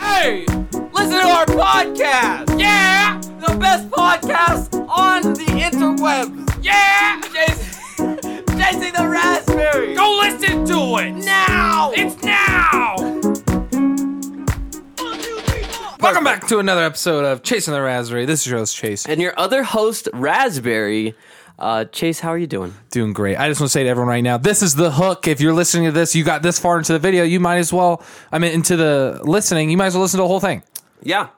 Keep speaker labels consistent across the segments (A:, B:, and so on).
A: Hey, listen to our podcast.
B: Yeah!
A: The best podcast on the interwebs.
B: Yeah!
A: Chasing, chasing the raspberry.
B: Go listen to it!
A: now.
B: It's now!
C: Welcome back to another episode of Chasing the Raspberry. This is your host, Chase.
A: and your other host, Raspberry. Uh, Chase, how are you doing?
C: Doing great. I just want to say to everyone right now, this is the hook. If you're listening to this, you got this far into the video, you might as well, I mean, into the listening, you might as well listen to the whole thing.
A: Yeah.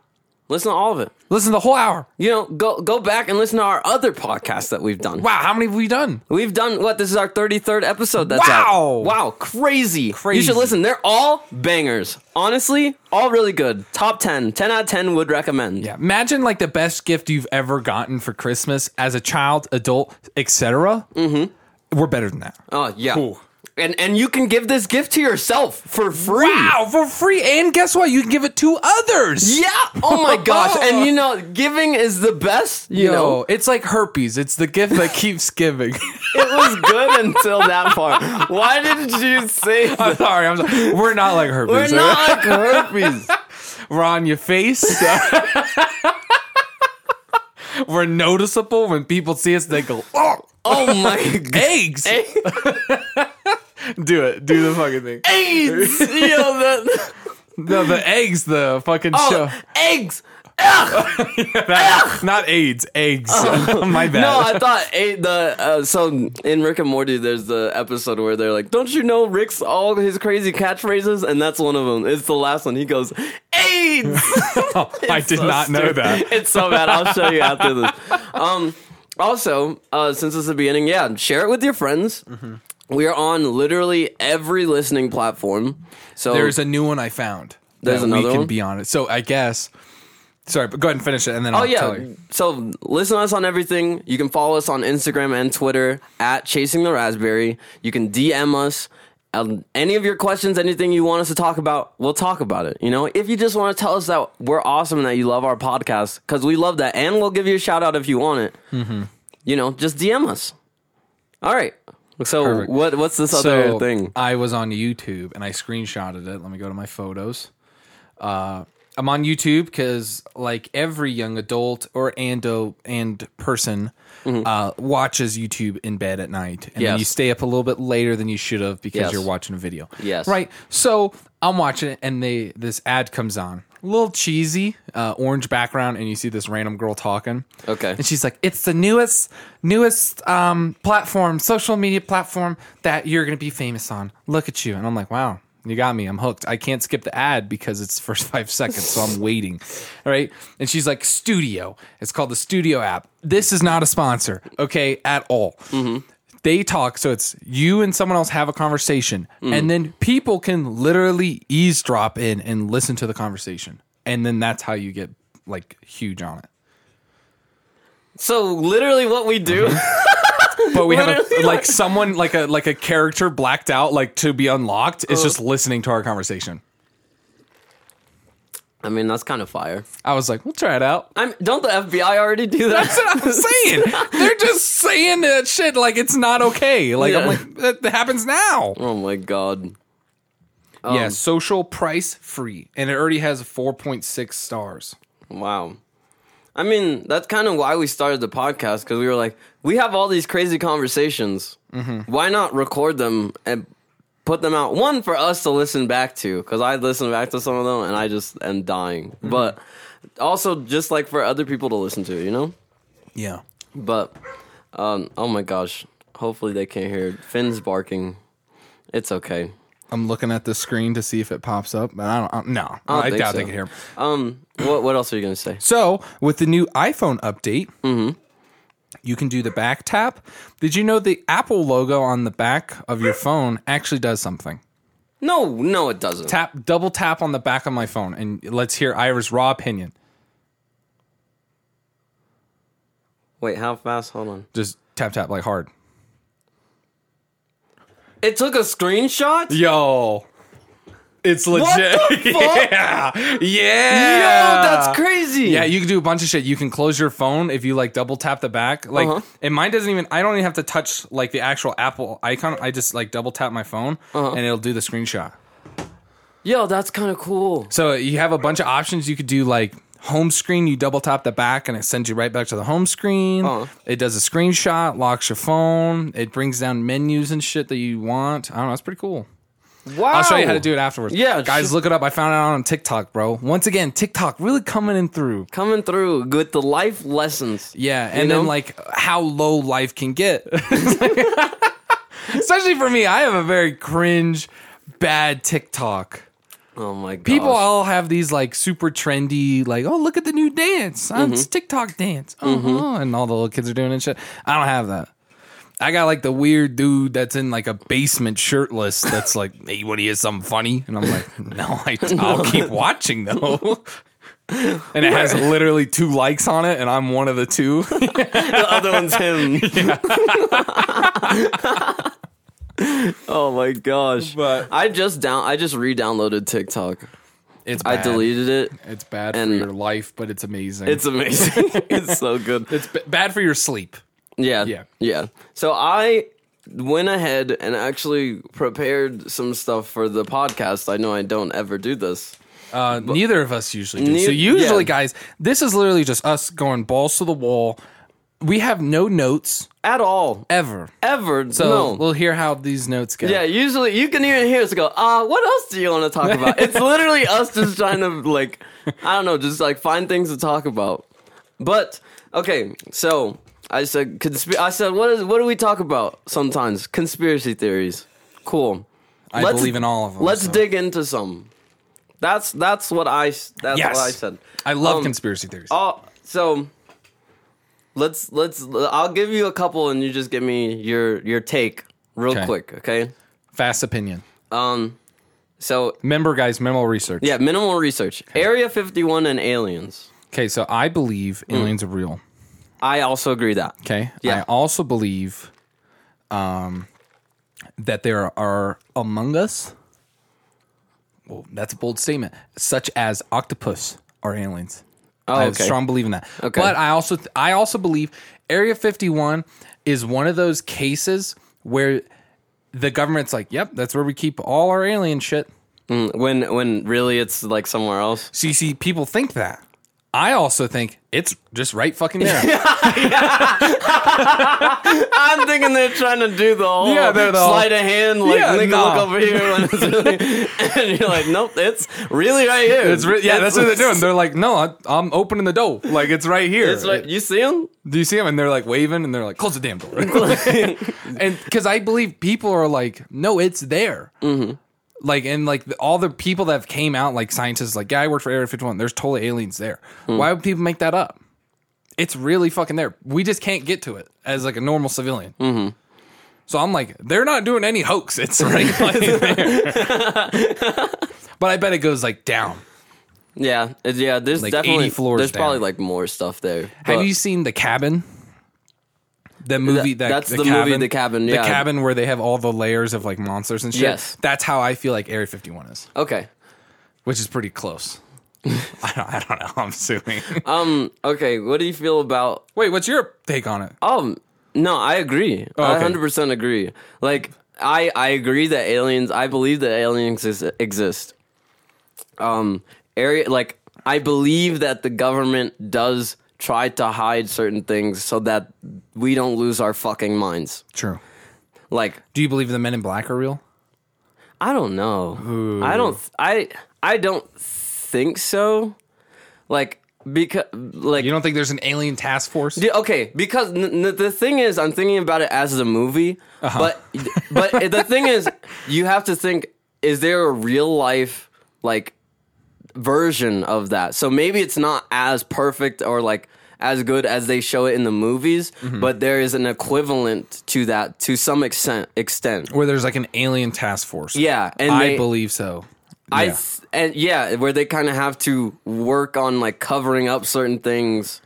A: Listen to all of it.
C: Listen to the whole hour.
A: You know, go go back and listen to our other podcasts that we've done.
C: Wow, how many have we done?
A: We've done what? This is our 33rd episode that's
C: Wow.
A: out. Wow. Crazy.
C: Crazy.
A: You should listen. They're all bangers. Honestly, all really good. Top 10. 10 out of 10 would recommend.
C: Yeah. Imagine like the best gift you've ever gotten for Christmas as a child, adult, etc. Mm-hmm. We're better than that.
A: Oh, yeah. And and you can give this gift to yourself for free.
C: Wow, for free. And guess what? You can give it to others.
A: Yeah. Oh my gosh. And you know, giving is the best, you
C: Yo,
A: know.
C: it's like herpes. It's the gift that keeps giving.
A: It was good until that part. Why did you say
C: I'm sorry. I'm sorry. We're not like herpes.
A: We're
C: okay?
A: not like herpes.
C: We're on your face. We're noticeable when people see us. They go, "Oh,
A: Oh my god.
C: eggs!" Do it. Do the fucking thing.
A: AIDS. Yo, that.
C: No, the eggs. The fucking
A: Oh, eggs.
C: show. That- not AIDS. Eggs. My bad.
A: Oh. No, I thought a, the uh, so in Rick and Morty, there's the episode where they're like, "Don't you know Rick's all his crazy catchphrases?" And that's one of them. It's the last one. He goes, "AIDS."
C: Oh, I did
A: so
C: not know
A: stupid.
C: that.
A: It's so bad. I'll show you after this. Um, also, uh, since it's the beginning, yeah, share it with your friends. We are on literally every listening platform. So
C: There's a new one I found.
A: There's
C: that
A: another
C: we can
A: one?
C: be on it. So I guess. Sorry, but go ahead and finish it, and then
A: Oh
C: I'll
A: yeah.
C: tell you.
A: So listen to us on everything. You can follow us on Instagram and Twitter at Chasing the Raspberry. You can DM us um, any of your questions, anything you want us to talk about. We'll talk about it. You know, if you just want to tell us that we're awesome and that you love our podcast, because we love that, and we'll give you a shout out if you want it.
C: Mm-hmm.
A: You know, just DM us. All right. So
C: Perfect.
A: what? What's this other
C: so
A: thing?
C: I was on YouTube and I screenshotted it. Let me go to my photos. Uh, I'm on YouTube because, like every young adult or ando and person, uh, watches YouTube in bed at night, and then
A: Mm-hmm. Yes.
C: you stay up a little bit later than you should have because
A: Yes.
C: you're watching a video.
A: Yes.
C: right. So I'm watching it, and they this ad comes on, a little cheesy, uh, orange background, and you see this random girl talking.
A: Okay.
C: And she's like, "It's the newest, newest um, platform, social media platform that you're gonna be famous on. Look at you." And I'm like, "Wow, you got me. I'm hooked. I can't skip the ad because it's first five seconds, so I'm waiting." All right. And she's like, "Studio. It's called the Studio app. This is not a sponsor, okay, at all." They talk, so it's you and someone else have a conversation, and then people can literally eavesdrop in and listen to the conversation, and then that's how you get like huge on it.
A: So literally, what we do.
C: but we have a,
A: Literally,
C: like someone like a like a character blacked out like to be unlocked is just listening to our conversation
A: I mean, that's kind of fire.
C: i was like we'll try it out
A: I'm. Don't the FBI already do that?
C: that's what i'm saying they're just saying that shit like it's not okay like
A: Yeah.
C: i'm like that, that happens now
A: oh my god.
C: yeah social price free and it already has 4.6 stars
A: Wow. I mean, that's kind of why we started the podcast because we were like, we have all these crazy conversations. Why not record them and put them out? One, for us to listen back to because I listen back to some of them and I just am dying. But also, just like for other people to listen to, you know?
C: yeah
A: But, um, oh my gosh. Hopefully they can't hear it. Finn's barking. It's okay.
C: i'm looking at the screen to see if it pops up but i don't, I don't no i,
A: think
C: doubt
A: so.
C: they can hear 'em.
A: Um, what, what else are you going to say?
C: So, with the new iPhone update, you can do the back tap. Did you know the Apple logo on the back of your phone actually does something?
A: No, no, it doesn't.
C: Tap, double tap on the back of my phone, and let's hear Ira's raw opinion.
A: Wait, how fast? Hold on.
C: Just tap, tap like hard.
A: It took a screenshot?
C: Yo, it's legit.
A: the fuck?
C: yeah, yeah.
A: Yo, that's crazy.
C: Yeah, you can do a bunch of shit. You can close your phone if you like double tap the back. Like,
A: Uh-huh.
C: and mine doesn't even. I don't even have to touch like
A: Uh-huh.
C: the actual Apple icon. I just like double tap my phone, and it'll do the screenshot.
A: Yo, that's kind of cool.
C: So you have a bunch of options. You could do like home screen. You double tap the back, and it sends you right back to the home screen.
A: Uh-huh.
C: It does a screenshot, locks your phone. It brings down menus and shit that you want. I don't know. It's pretty cool.
A: Wow.
C: I'll show you how to do it afterwards.
A: Oh. Yeah,
C: guys,
A: sh-
C: look it up. I found it on TikTok, bro. Once again, TikTok really coming in through.
A: Coming through with the life lessons.
C: Yeah, and
A: know?
C: then like how low life can get. Especially for me, I have a very cringe, bad TikTok.
A: Oh my god.
C: People all have these like super trendy, like, oh, look at the new dance. Oh, It's TikTok dance. Uh-huh. And all the little kids are doing it and shit. I don't have that. I got like the weird dude that's in like a basement shirtless that's like, hey, what do you, something funny? And I'm like, no, I, I'll keep watching though. and it has literally two likes on it, and I'm one of the two.
A: the other one's him. oh my gosh.
C: But-
A: I just down I just re-downloaded TikTok.
C: It's
A: I
C: bad.
A: deleted it.
C: It's bad
A: And-
C: for your life, but it's amazing.
A: It's amazing. it's so good.
C: it's b- bad for your sleep.
A: Yeah.
C: Yeah.
A: Yeah. So I went ahead and actually prepared some stuff for the podcast. I know I don't ever do this.
C: Uh, neither of us usually do.
A: Nei-
C: so usually,
A: yeah.
C: guys, this is literally just us going balls to the wall. We have no notes
A: At all.
C: ever.
A: Ever.
C: So
A: no.
C: we'll hear how these notes go.
A: yeah, usually you can even hear us go, uh, what else do you want to talk about? it's literally us just trying to, like, I don't know, just like find things to talk about. But, okay, so I said, consp- I said, what is, what do we talk about sometimes? Conspiracy theories. Cool.
C: I believe in all of them.
A: Let's
C: so.
A: dig into some. That's that's what I s- that's
C: Yes.
A: what I said.
C: I love
A: Um,
C: conspiracy theories.
A: Oh, so let's let's I'll give you a couple and you just give me your your take real
C: Okay.
A: quick, okay?
C: Fast opinion.
A: Um so
C: Remember, guys, memo research.
A: yeah, minimal research. Area 51 and aliens.
C: Okay, so I believe
A: Mm.
C: aliens are real.
A: I also agree that.
C: Okay.
A: Yeah.
C: I also believe um, that there are among us. Well, that's a bold statement. Such as octopus are aliens.
A: Oh,
C: I have
A: okay.
C: strong belief in that.
A: Okay.
C: But I also I also believe Area 51 is one of those cases where the government's like, "Yep, that's where we keep all our alien shit."
A: Mm, When when really it's like somewhere else.
C: So you see, people think that. I also think it's just right fucking there.
A: I'm thinking they're trying to do the whole
C: Yeah, they're the whole-
A: sleight of hand, like
C: Yeah,
A: nigga
C: nah.
A: look over here when it's really, and you're like, nope, it's really right here.
C: It's re- yeah, that's what they're doing. They're like, no, I, I'm opening the door. Like it's right here.
A: It's like you see him.
C: Do you see them? And they're like waving, and they're like, close the damn door. and because I believe people are like, no, it's there.
A: Mm-hmm.
C: Like and like the- all the people that have came out, like scientists, like yeah, I worked for Area 51. There's totally aliens there.
A: Mm.
C: Why would people make that up? It's really fucking there. We just can't get to it as like a normal civilian.
A: Mm-hmm.
C: So I'm like, they're not doing any hoax. It's right fucking there. but I bet it goes like down.
A: Yeah, it- yeah. There's
C: Like
A: definitely
C: 80 floors
A: there's probably
C: down.
A: like more stuff there.
C: Have
A: but-
C: you seen the cabin? The movie that
A: that's the movie, The Cabin, yeah.
C: the cabin where they have all the layers of like monsters and shit.
A: Yes.
C: that's how I feel like Area Fifty One is,
A: Okay.
C: which is pretty close. I, don't, I don't know. I'm assuming.
A: Um. Okay. What do you feel about?
C: Wait, what's your take on it?
A: Um. No, I agree. I
C: Oh, okay.
A: hundred percent agree. Like, I I agree that aliens. I believe that aliens is, exist. Um. Area like I believe that the government does try to hide certain things so that we don't lose our fucking minds.
C: True.
A: Like
C: Do you believe the Men in Black are real?
A: I don't know. I don't. th- I I don't think so. Like because like
C: You don't think there's an alien task force?
A: Yeah, okay, because n- n- the thing is, I'm thinking about it as the movie,
C: Uh-huh.
A: but but the thing is, you have to think: is there a real life like version of that? So maybe it's not as perfect or like as good as they show it in the movies,
C: Mm-hmm.
A: but there is an equivalent to that to some extent. Extent,
C: Where there's like an alien task force?
A: yeah, and
C: I
A: they-
C: believe so.
A: I
C: Yeah.
A: th- and yeah, where they kind of have to work on like covering up certain things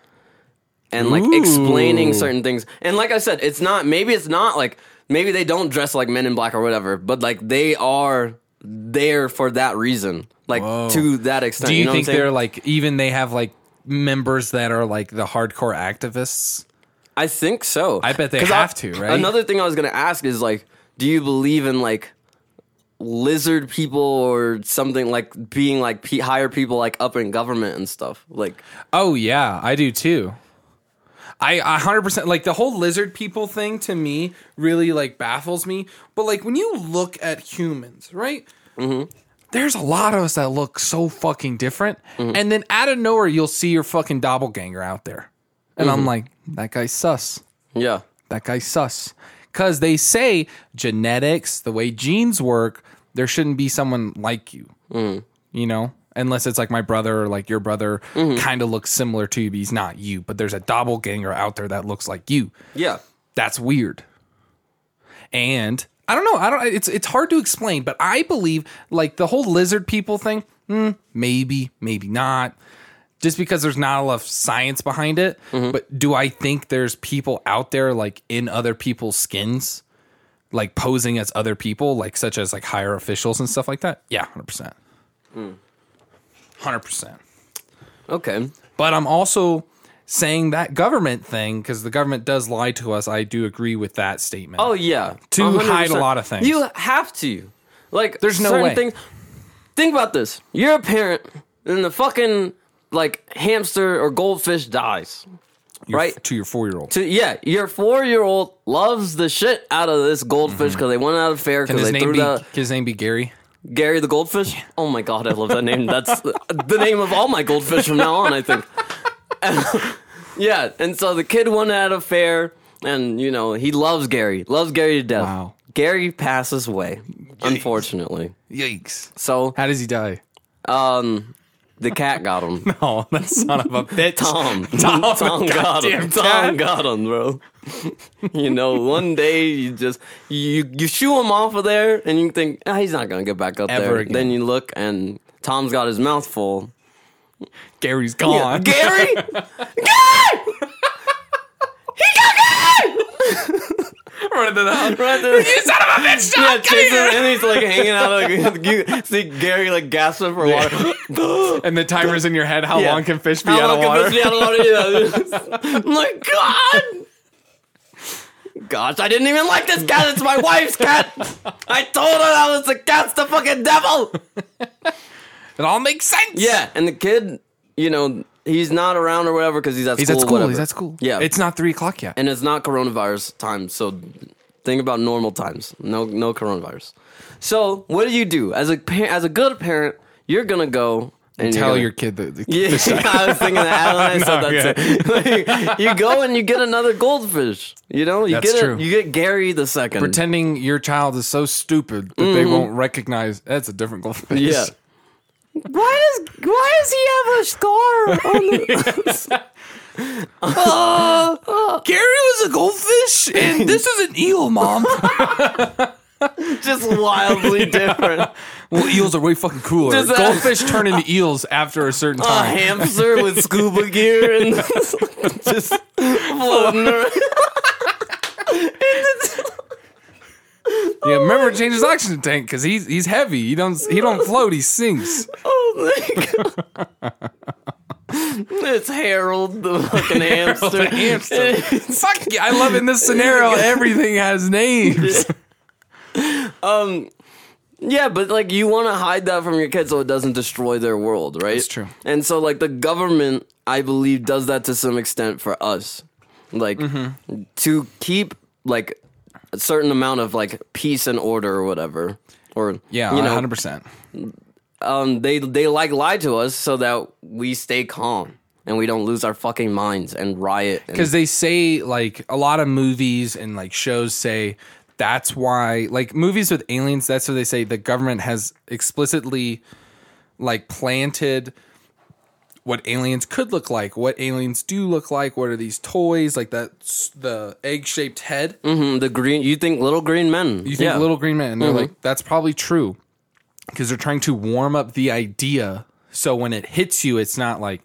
A: and like explaining
C: Ooh.
A: certain things. And like I said, it's not maybe it's not like maybe they don't dress like men in black or whatever, but like they are there for that reason. Like
C: Whoa.
A: to that extent.
C: Do you,
A: know what I'm
C: think
A: saying?
C: they're like even they have like members that are like the hardcore activists?
A: I think so.
C: I bet they
A: 'Cause
C: have to, right?
A: Another thing I was gonna ask is like, do you believe in like lizard people or something like being like pe- higher people like up in government and stuff. Like
C: Oh yeah, I do too. I a hundred percent like the whole lizard people thing to me really like baffles me. But like when you look at humans, right? Mm-hmm. There's a lot of us that look so fucking different, and then out of nowhere you'll see your fucking doppelganger out there, and I'm like, that guy's sus.
A: yeah,
C: That guy's sus. Because they say genetics, the way genes work, there shouldn't be someone like you. You know? Unless it's like my brother or like your brother kind of looks similar to you, but he's not you. But there's a doppelganger out there that looks like you.
A: yeah.
C: That's weird. And I don't know. I don't it's it's hard to explain, but I believe like the whole lizard people thing, mm, maybe, maybe not. Just because there's not enough science behind it. But do I think there's people out there like in other people's skins? Like posing as other people, like such as like higher officials and stuff like that? Yeah, hundred percent. Hundred percent.
A: Okay,
C: But I'm also saying that government thing because the government does lie to us. I do agree with that statement.
A: Oh yeah,
C: To hide a lot of things.
A: You have to. Like,
C: There's no
A: certain
C: way.
A: Things. Think about this: you're a parent, and the fucking like hamster or goldfish dies.
C: Your-
A: right.
C: to your four year old.
A: To, yeah, your four year old loves the shit out of this goldfish because they went out of fair
C: Mm-hmm. Can
A: because
C: his
A: they
C: name
A: threw
C: be
A: the
C: can his name be Gary?
A: Gary the goldfish. Oh my god, I love that name. That's the, the name of all my goldfish from now on. I think. yeah, and so the kid went out of fair, and you know he loves Gary, loves Gary to death.
C: Wow.
A: Gary passes away, unfortunately.
C: Yikes!
A: So
C: How does he die?
A: um, the cat got him. Um,
C: Oh, that son of a bitch!
A: Tom,
C: Tom,
A: got
C: goddamn
A: him. Tom
C: cat.
A: got him, bro. you know, one day you just you you shoo him off of there, and you think ah, he's not gonna get back up
C: Ever
A: there.
C: again.
A: Then you look, and Tom's got his mouth full.
C: Gary's gone.
A: Gary?
C: Run to the house.
A: Right there.
C: Son of a bitch! Tom,
A: Yeah,
C: come
A: chasing,
C: here!
A: and he's like hanging out. Like, you see Gary like gasping for water.
C: And the timer's in your head. How
A: Yeah.
C: long can fish be
A: How
C: out
A: long
C: of
A: can
C: water?
A: this be out of water? Yeah. I'm like, God! Gosh, I didn't even like this cat. It's my wife's cat. I told her that was the cat's the fucking devil.
C: It all makes sense.
A: Yeah, and the kid, you know, he's not around or whatever because he's at
C: he's at
A: school. or
C: school.
A: whatever.
C: He's at school.
A: Yeah,
C: it's not three o'clock yet.
A: and it's not coronavirus time. So think about normal times. No, no coronavirus. So what do you do as a par- as a good parent? You're gonna go and
C: Tell
A: you're
C: your
A: gonna-
C: kid that the,
A: yeah, I was thinking that. I, do
C: No,
A: you go and you get another goldfish. You know, you
C: That's
A: get a-
C: true.
A: you get Gary the second.
C: pretending your child is so stupid that they won't recognize. That's a different goldfish.
A: Mm-hmm. yeah. Why does why does he have a scar on the
C: Gary was a goldfish, and this is an eel, mom.
A: just wildly different?
C: well, eels are way fucking cooler.
A: Does that-
C: goldfish turn into eels after a certain
A: A
C: time.
A: hamster with scuba gear and just floating around.
C: yeah, remember to change his oxygen tank because he's he's heavy. He don't he don't float. He sinks.
A: Oh my god. it's Harold the fucking hamster.
C: hamster. Fuck yeah! I love in this scenario everything has names.
A: yeah, but like you want to hide that from your kids so it doesn't destroy their world, right? That's
C: true.
A: And so like the government, I believe, does that to some extent for us. Like to keep like a certain amount of like peace and order or whatever. Or
C: Yeah,
A: you know,
C: hundred percent.
A: um, they they like lie to us so that we stay calm and we don't lose our fucking minds and riot. and-
C: because they say like a lot of movies and like shows say that's why like movies with aliens that's what they say the government has explicitly like planted what aliens could look like what aliens do look like what are these toys like that s- the egg-shaped head
A: Mm, the green. You think little green men?
C: you think
A: yeah. Mm-hmm.
C: little green man and they're like that's probably true because they're trying to warm up the idea so when it hits you it's not like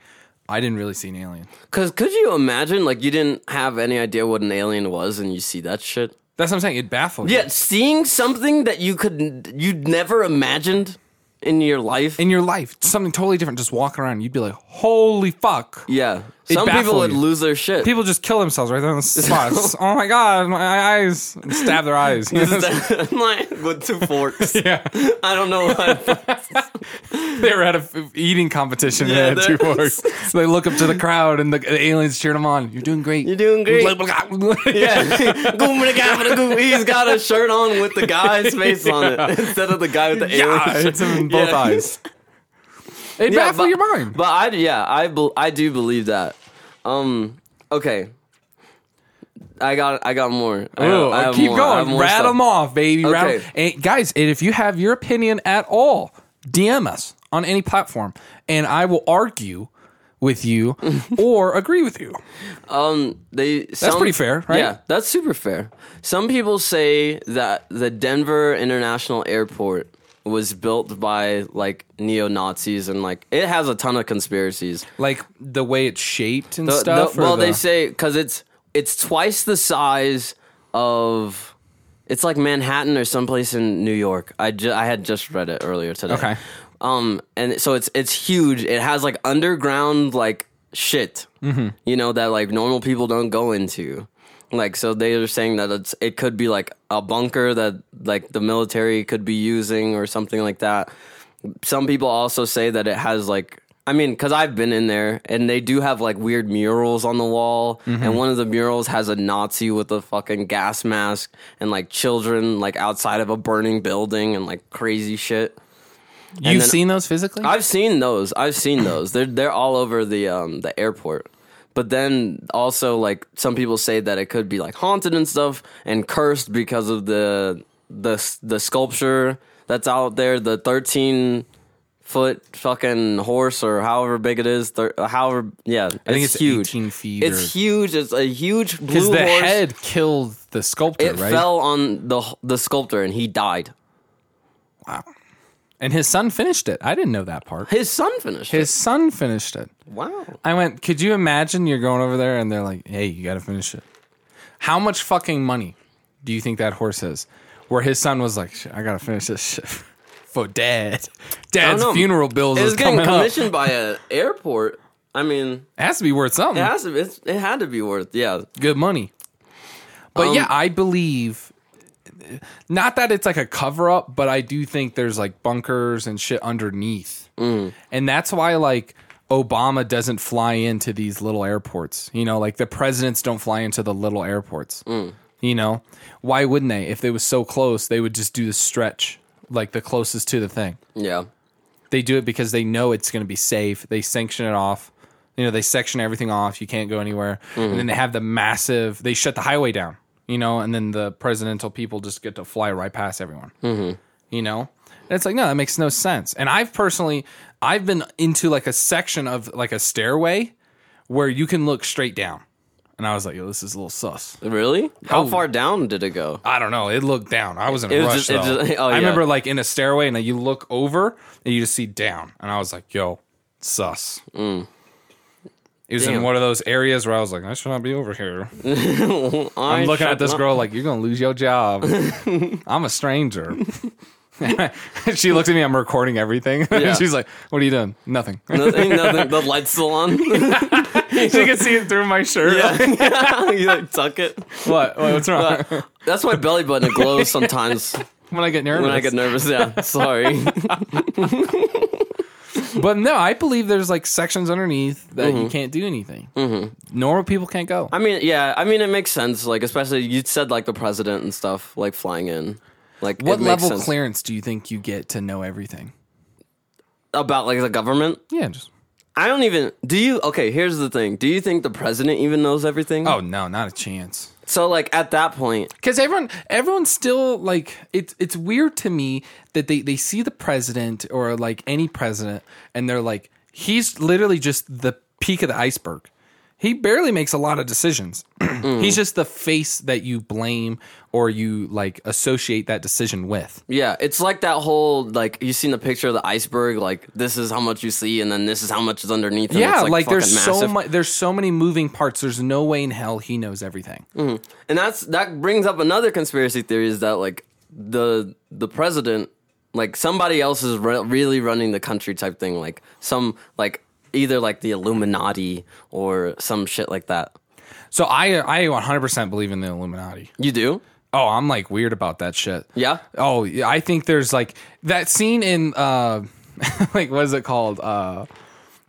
C: i didn't really see an alien
A: Because could you imagine like you didn't have any idea what an alien was and you see that shit?
C: that's what i'm saying it baffles you.
A: Yeah, seeing something that you could you'd never imagined in your life.
C: in your life, something totally different, just walking around, you'd be like, holy fuck.
A: yeah.
C: It
A: Some people
C: baffles
A: would
C: you.
A: lose their shit.
C: People just kill themselves right there on the spot. It's, oh my god, my eyes. And stab their eyes.
A: I'm like, with two forks.
C: yeah.
A: I don't know what.
C: They were at a f- eating competition
A: Yeah,
C: yeah, and they had two
A: they're-
C: forks. So they look up to the crowd and the, the aliens cheering them on. You're doing great. You're
A: doing great.
C: yeah.
A: He's got a shirt on with the guy's face on it instead of the guy with the alien
C: Yeah,
A: shirt.
C: it's in both
A: Yeah.
C: eyes. It
A: Yeah,
C: baffles
A: but-
C: your mind.
A: But I yeah, I bel I do believe that. Um okay. I got I got more. I
C: Ooh,
A: have- I have
C: Uh, keep
A: uh, more. I have
C: going.
A: more
C: Rattle
A: stuff.
C: them off, baby. Rattle-
A: Okay.
C: And guys, and if you have your opinion at all, DM us on any platform, and I will argue with you or agree with you.
A: Um, they that's
C: pretty fair, right?
A: Yeah, that's super fair. Some people say that the Denver International Airport was built by like neo Nazis and like it has a ton of conspiracies.
C: Like the way it's shaped and
A: The- the-
C: stuff. or
A: well, they
C: the-
A: say because it's it's twice the size of it's like Manhattan or someplace in New York. I ju- I had just read it earlier today.
C: Okay.
A: Um, and so it's it's huge. It has like underground like shit, you know, that like normal people don't go into. Like so, they are saying that it's it could be like a bunker that like the military could be using or something like that. Some people also say that it has like I mean, because I've been in there and they do have like weird murals on the wall, and one of the murals has a Nazi with a fucking gas mask and like children like outside of a burning building and like crazy shit.
C: you've
A: then-
C: seen those physically.
A: I've seen those. I've seen those. They're they're all over the um the airport. But then also like some people say that it could be like haunted and stuff and cursed because of the the the sculpture that's out there, the 13 foot fucking horse or however big it is, thir- however yeah, I
C: think it's
A: huge.
C: 18 feet or-
A: It's huge. It's a huge blue
C: because the
A: horse.
C: head killed the sculptor,
A: it
C: right?
A: fell on the the sculptor and he died.
C: And his son finished it. I didn't know that part.
A: His son finished. it.
C: His son finished it.
A: Wow.
C: I went, could you imagine you're going over there and they're like, hey, you got to finish it? How much fucking money do you think that horse is? Where his son was like, shit, I got to finish this shit for dad. Dad's
A: know.
C: funeral bills
A: It
C: is
A: was getting
C: coming up. Mm. It
A: commissioned by an airport. I mean,
C: has to be worth something.
A: it has to. It's, it had to be worth. Yeah,
C: Good money. But
A: Um,
C: yeah, I believe, not that it's like a cover up, but I do think there's like bunkers and shit underneath. And that's why, like, Obama doesn't fly into these little airports. You know, like the presidents don't fly into the little airports. You know, why wouldn't they? If they was so close, they would just do the stretch, like the closest to the thing.
A: yeah.
C: They do it because they know it's going to be safe. They sanction it off. You know, they section everything off. You can't go anywhere. And then they have the massive, they shut the highway down, you know, and then the presidential people just get to fly right past everyone, you know? And it's like, no, that makes no sense. And I've personally, I've been into like a section of like a stairway where you can look straight down. And I was like, yo, this is a little sus.
A: Really? How
C: Oh.
A: far down did it go?
C: I don't know. It looked down. I was in a
A: It was
C: rush.
A: just- it
C: though.
A: just- oh,
C: I
A: yeah.
C: remember like in a stairway, and then you look over and you just see down, and I was like, "Yo, sus." It was in
A: Mm. Damn.
C: one of those areas where I was like, "I should not be over here."
A: I
C: I'm looking
A: shall
C: at this
A: not-
C: girl like, "You're gonna lose your job." I'm a stranger. she looked at me. I'm recording everything.
A: Yeah.
C: She's like, "What are you doing?" Nothing.
A: Nothing, nothing. The lights still on.
C: she could see it through my shirt.
A: you like tuck it.
C: What? What- What's wrong?
A: That's my belly button. It glows sometimes
C: when I get nervous.
A: when I get nervous. Yeah, sorry.
C: But no, I believe there's like sections underneath that
A: Mm-hmm.
C: you can't do anything. Normal people can't go.
A: I mean, yeah. I mean, it makes sense. Like, especially you said like the president and stuff, like flying in. Like,
C: what
A: it makes
C: level
A: sense.
C: clearance do you think you get to know everything?
A: about like the government?
C: Yeah, just
A: I don't even. Do you? Okay, here's the thing. Do you think the president even knows everything?
C: oh no, not a chance.
A: So like at that point,
C: Because everyone, everyone's still like it's it's weird to me that they they see the president or like any president and they're like he's literally just the peak of the iceberg. He barely makes a lot of decisions. He's just the face that you blame or you like associate that decision with.
A: yeah, it's like that whole like you seen the picture of the iceberg. Like this is how much you see, and then this is how much is underneath. And
C: Yeah,
A: it's,
C: like,
A: like,
C: there's so
A: fucking massive.
C: much. There's so many moving parts. There's no way in hell he knows everything.
A: and that's that brings up another conspiracy theory is that like the the president like somebody else is re- really running the country type thing, like some like either like the Illuminati or some shit like that.
C: So I I 100% believe in the Illuminati.
A: You do?
C: Oh, I'm like weird about that shit.
A: Yeah?
C: Oh, yeah, I think there's like that scene in uh like what is it called? Uh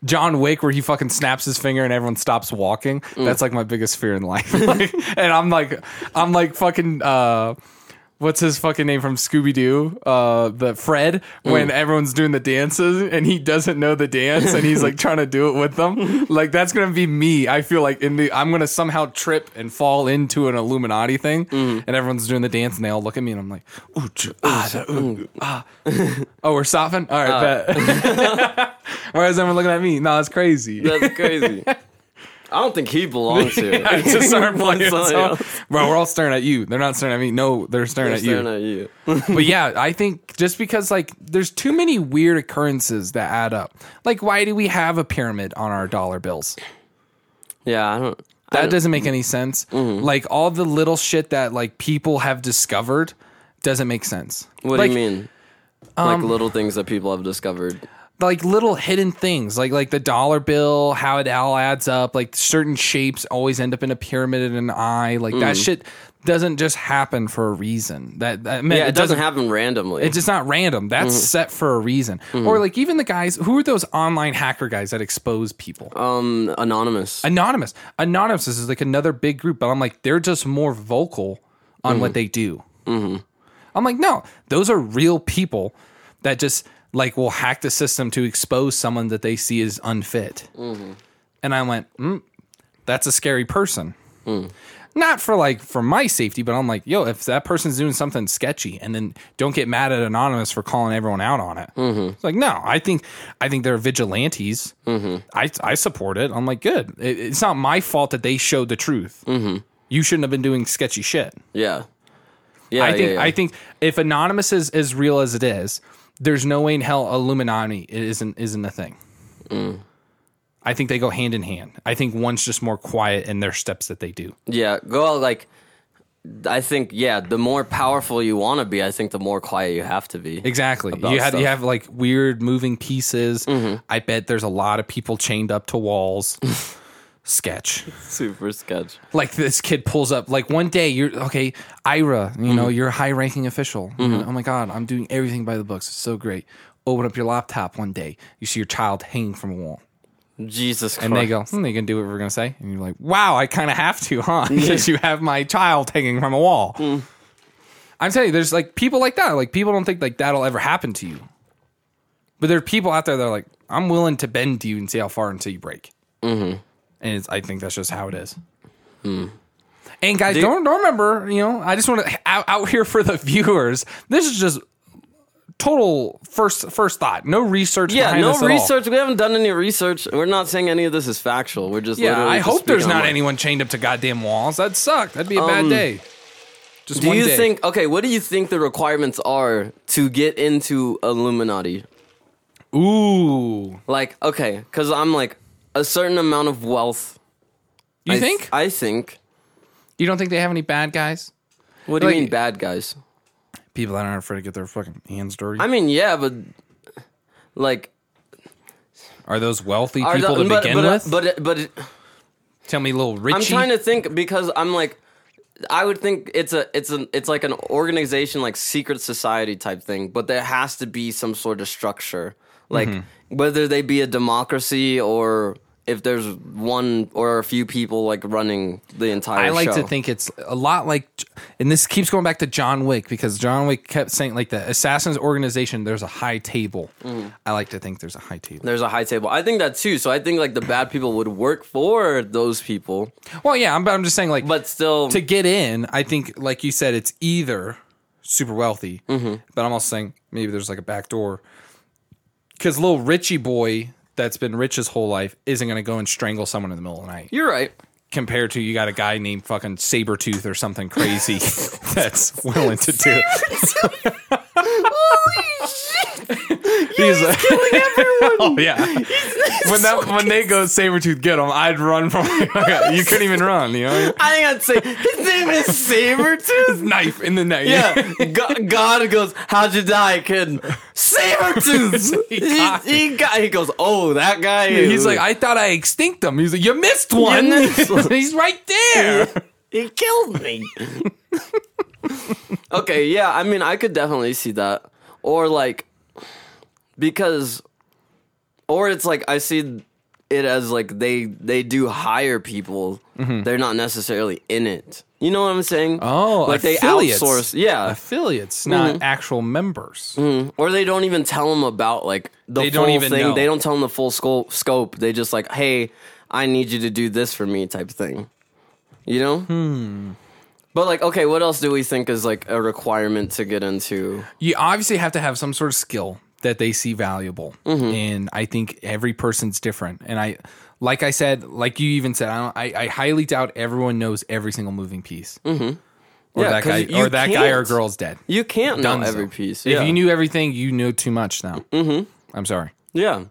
C: John Wick where he fucking snaps his finger and everyone stops walking. That's like my biggest fear in life. Like, and I'm like I'm like fucking uh What's his fucking name from Scooby Doo? Uh, the Fred when everyone's doing the dances and he doesn't know the dance and he's like trying to do it with them. Like that's gonna be me. I feel like in the I'm gonna somehow trip and fall into an Illuminati thing and everyone's doing the dance and they all look at me and I'm like, Mm. ooh, ch- ah, da- ooh, Uh. ah. oh, we're stopping. All right, bet. Why is everyone looking at me? No, it's crazy.
A: That's crazy. I don't think he belongs here.
C: I just started playing
A: Somebody
C: the song.
A: else.
C: Bro, we're all staring at you. They're not staring at me. No, they're staring at you
A: Staring at you.
C: but yeah, I think just because like there's too many weird occurrences that add up. Like, why do we have a pyramid on our dollar bills?
A: yeah, I don't. I
C: That
A: don't- Mm-hmm.
C: doesn't make any sense. Like all the little shit that like people have discovered doesn't make sense.
A: what
C: like, um,
A: do you mean? like little things that people have discovered.
C: Like little hidden things, like like the dollar bill, how it all adds up. Like certain shapes always end up in a pyramid and an eye. Like
A: Mm.
C: that shit doesn't just happen for a reason. That, that man,
A: Yeah, it, doesn't,
C: happen.
A: happen randomly.
C: It's just not random. That's set for a reason. Or like even the guys who are those online hacker guys that expose people.
A: um, anonymous.
C: Anonymous. Anonymous is like another big group, but I'm like they're just more vocal on what they do. I'm like no, those are real people that just like will hack the system to expose someone that they see as unfit. And I went, mm, that's a scary person. Not for like for my safety, but I'm like, yo, if that person's doing something sketchy, and then don't get mad at anonymous for calling everyone out on it.
A: Mm-hmm.
C: It's like, no, I think I think they're vigilantes.
A: Mm-hmm.
C: I I support it. I'm like, good. It, it's not my fault that they showed the truth.
A: Mm-hmm.
C: You shouldn't have been doing sketchy shit.
A: yeah. Yeah,
C: I think
A: yeah, yeah.
C: I think if anonymous is as real as it is, there's no way in hell Illuminati isn't isn't a thing.
A: Mm.
C: I think they go hand in hand. I think one's just more quiet in their steps that they do.
A: Yeah, go out like. I think yeah, the more powerful you want to be, I think the more quiet you have to be.
C: Exactly.
A: About
C: you have you
A: stuff. Mm-hmm.
C: have like weird moving pieces. I bet there's a lot of people chained up to walls. Sketch.
A: Super sketch.
C: like this kid pulls up like one day you're okay ira you
A: Mm-hmm.
C: know you're a high ranking official You know, oh my god i'm doing everything by the books it's so great open up your laptop one day you see your child hanging from a wall
A: Jesus Christ.
C: and they go hmm, they can do what we're gonna say and you're like wow i kind of have to huh because you have my child hanging from a wall
A: Hmm.
C: i'm telling you there's like people like that like people don't think like that'll ever happen to you but there are people out there that are like i'm willing to bend to you and see how far until you break mm-hmm. and it's, i think that's just how it is
A: Hmm.
C: and guys don't don't remember you know i just want to out, out here for the viewers this is just total first first thought no research
A: yeah,
C: behind
A: no
C: this at all.
A: research. We haven't done any research. We're not saying any of this is factual. We're just
C: Yeah,
A: literally
C: I
A: just
C: hope there's
A: speaking
C: not
A: on what- Um,
C: anyone chained up to goddamn walls. That'd suck. That'd be a bad day. Just
A: Do
C: one
A: you
C: day.
A: think? Okay, what do you think the requirements are to get into Illuminati?
C: Ooh,
A: Like, okay, because I'm like a certain amount of wealth.
C: you
A: I th-
C: think?
A: I think.
C: you don't think they have any bad guys?
A: What do
C: Like-
A: you mean, bad guys?
C: People that aren't afraid to get their fucking hands dirty.
A: I mean, yeah, but like,
C: are those wealthy
A: are
C: people
A: the-
C: to
A: but,
C: begin
A: but, uh,
C: with?
A: but but. but
C: Tell me, little
A: I'm
C: Richie.
A: trying to think because I'm like, I would think it's a it's an it's like an organization like secret society type thing, but there has to be some sort of structure, like
C: Mm-hmm.
A: whether they be a democracy or if there's one or a few people like running the entire.
C: I like
A: show.
C: to think it's a lot like, and this keeps going back to John Wick because John Wick kept saying like the assassins organization. There's a high table.
A: Mm.
C: I like to think there's a high table.
A: there's a high table. I think that too. So I think like the bad people would work for those people,
C: Well, yeah, I'm, I'm just saying like,
A: but still,
C: to get in, I think, like you said, it's either super wealthy, but I'm also saying maybe there's like a back door because little Richie boy that's been rich his whole life isn't going to go and strangle someone in the middle of the night.
A: you're right.
C: Compared to you got a guy named fucking Sabretooth or something crazy that's willing to do it.
A: Holy shit!
C: he's, like, killing everyone. oh yeah. when that when they go Sabretooth get him, I'd run from. you couldn't even run. You know,
A: I think I'd say his name is Sabertooth.
C: knife in the neck.
A: Yeah, Go- God goes, "How'd you die, kid?" Sabertooth.
C: He
A: he,
C: got
A: he, got, he goes, "Oh, that guy."
C: Oh He's
A: is-
C: like, I thought I extinct him. He's like, you missed one.
A: missed one.
C: He's right there.
A: He killed me. okay, yeah, I mean, I could definitely see that. Or, like, because, or it's like, I see it as like they they do hire people
C: Mm-hmm.
A: they're not necessarily in it you know what i'm saying
C: Oh,
A: like they
C: affiliates.
A: outsource yeah Mm-hmm. Mm.
C: Affiliates, not actual members.
A: or they don't even tell them about like the
C: They
A: full
C: don't even
A: thing
C: know.
A: they don't tell them the full sco- scope they just like hey i need you to do this for me type thing you know hmm but like okay what else do we think is like a requirement to get into
C: You obviously have to have some sort of skill that they see valuable,
A: Mm-hmm.
C: and I think every person's different. And I, like I said, like you even said, I, don't, I, I highly doubt everyone knows every single moving piece, mm-hmm. or
A: Mm. Yeah,
C: that
A: 'cause
C: guy,
A: you
C: or that guy or
A: can't.
C: girl's dead.
A: you can't know
C: Dunzo.
A: every piece
C: If
A: yeah
C: you knew everything, you knew too much. Now, mm-hmm. I'm sorry.
A: yeah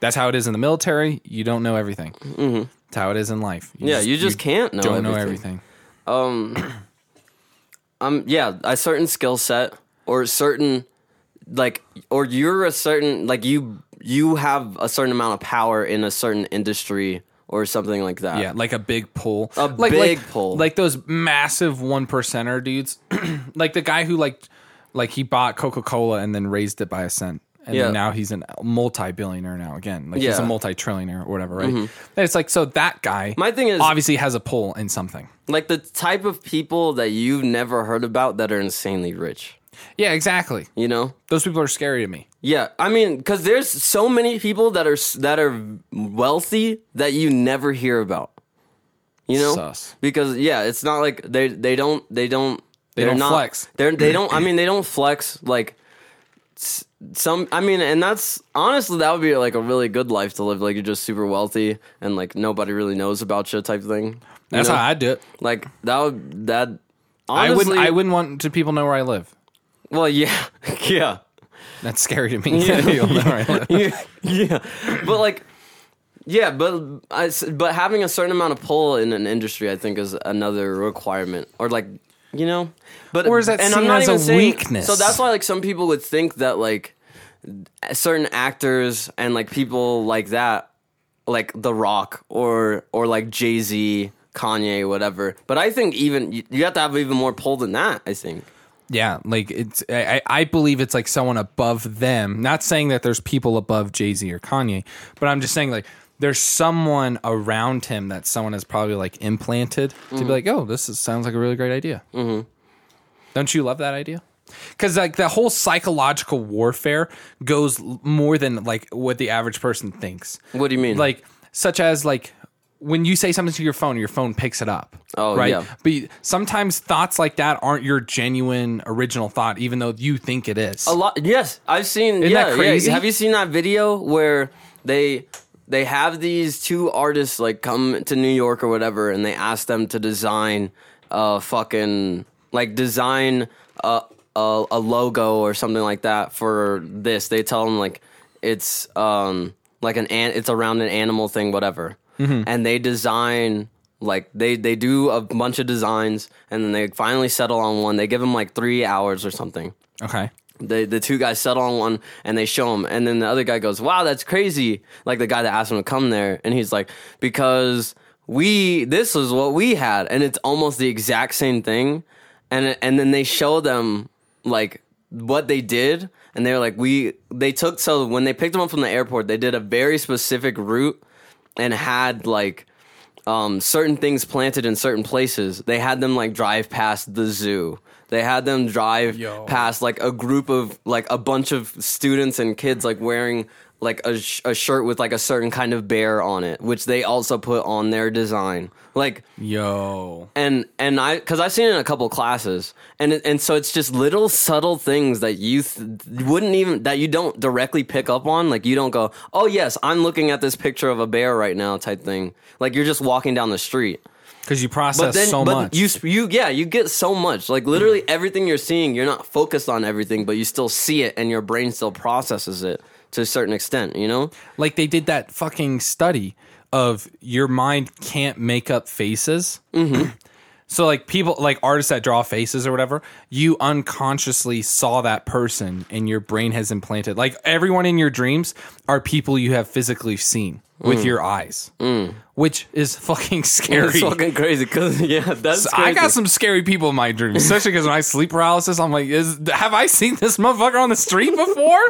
C: That's how it is in the military. You don't know everything. Mm-hmm. That's how it is in life.
A: Yeah, you just can't know
C: Don't know
A: everything.
C: everything.
A: um yeah a certain skill set or certain like or you're a certain like you you have a certain amount of power in a certain industry or something like that
C: Yeah, like a big pull.
A: A
C: like,
A: big
C: like,
A: pull.
C: Like those massive one percenter dudes. like the guy who like like he bought Coca Cola and then raised it by a cent. And
A: Yeah.
C: then now he's a multi billionaire now again. Like he's a
A: Yeah. Mm-hmm.
C: multi trillionaire or whatever, right? And it's like so that guy
A: My thing is-
C: obviously has a pull in something.
A: like the type of people that you've never heard about that are insanely rich
C: Yeah, exactly.
A: you know
C: Those people are scary to me.
A: yeah i mean because there's so many people that are s- that are wealthy that you never hear about you know
C: Sus.
A: because yeah it's not like they they don't they don't they
C: don't flex.
A: they're they don't i mean they don't flex like s- some i mean and that's honestly that would be like a really good life to live like you're just super wealthy and like nobody really knows about you type thing you
C: That's
A: know?
C: how I do it.
A: like that would that
C: I
A: honestly,
C: wouldn't I wouldn't want to people know where I live.
A: Well, yeah, yeah,
C: That's scary to me. People know where I live.
A: yeah, yeah. But like, yeah, but I s but having a certain amount of pull in an industry, I think, is another requirement, or like, you know, but
C: Or is that
A: and
C: seen
A: I'm not
C: as
A: even
C: a
A: saying-
C: weakness?
A: So that's why, like, some people would think that like certain actors and like people like that, like The Rock or or like Jay Z. Kanye, whatever, but I think even you, you have to have even more pull than that. I think,
C: Yeah, like it's. I, I I believe it's like someone above them. Not saying that there's people above Jay Z or Kanye, but I'm just saying like there's someone around him that someone has probably like implanted to be like, oh, this is, sounds like a really great idea. Mm-hmm. Don't you love that idea? Because like the whole psychological warfare goes l- more than like what the average person thinks.
A: What do you mean?
C: Like such as like. When you say something to your phone, your phone picks it up.
A: Oh,
C: right.
A: yeah.
C: But you- sometimes thoughts like that aren't your genuine original thought, even though you think it is.
A: A lot. Yes, I've seen. yeah,
C: that
A: yeah.
C: crazy?
A: Have you seen that video where they they have these two artists like come to New York or whatever, and they ask them to design a fucking like design a a, a logo or something like that for this. They tell them like it's um like an, an it's around an animal thing, whatever,
C: Mm-hmm.
A: and they design. Like they they do a bunch of designs and then they finally settle on one. They give them like three hours or something,
C: Okay.
A: the the two guys settle on one and they show him and then the other guy goes wow that's crazy like the guy that asked him to come there and he's like because we this is what we had and it's almost the exact same thing and and then they show them like what they did and they're like we they took so when they picked them up from the airport they did a very specific route and had like um, certain things planted in certain places. They had them like drive past the zoo. They had them drive
C: Yo.
A: past like a group of like a bunch of students and kids like wearing like a, sh- a shirt with like a certain kind of bear on it, which they also put on their design. Like
C: Yo.
A: and and I because I've seen it in a couple classes, and it- and so it's just little subtle things that you th- wouldn't even that you don't directly pick up on. Like you don't go, oh yes, I'm looking at this picture of a bear right now, type thing. Like you're just walking down the street,
C: Because you process
A: but then
C: so
A: but
C: much. Mm.
A: you sp- you yeah you get so much. Like literally everything you're seeing, you're not focused on everything, but you still see it, and your brain still processes it. to a certain extent, you know?
C: Like they did that fucking study of your mind can't make up faces. Mm-hmm. so like people, like artists that draw faces or whatever, you unconsciously saw that person and your brain has implanted. Like everyone in your dreams are people you have physically seen with your eyes, which is fucking scary.
A: Mm. It's fucking crazy because yeah, that's
C: So I got
A: crazy.
C: some scary people in my dreams, especially because when I sleep paralysis, I'm like, is, have I seen this motherfucker on the street before?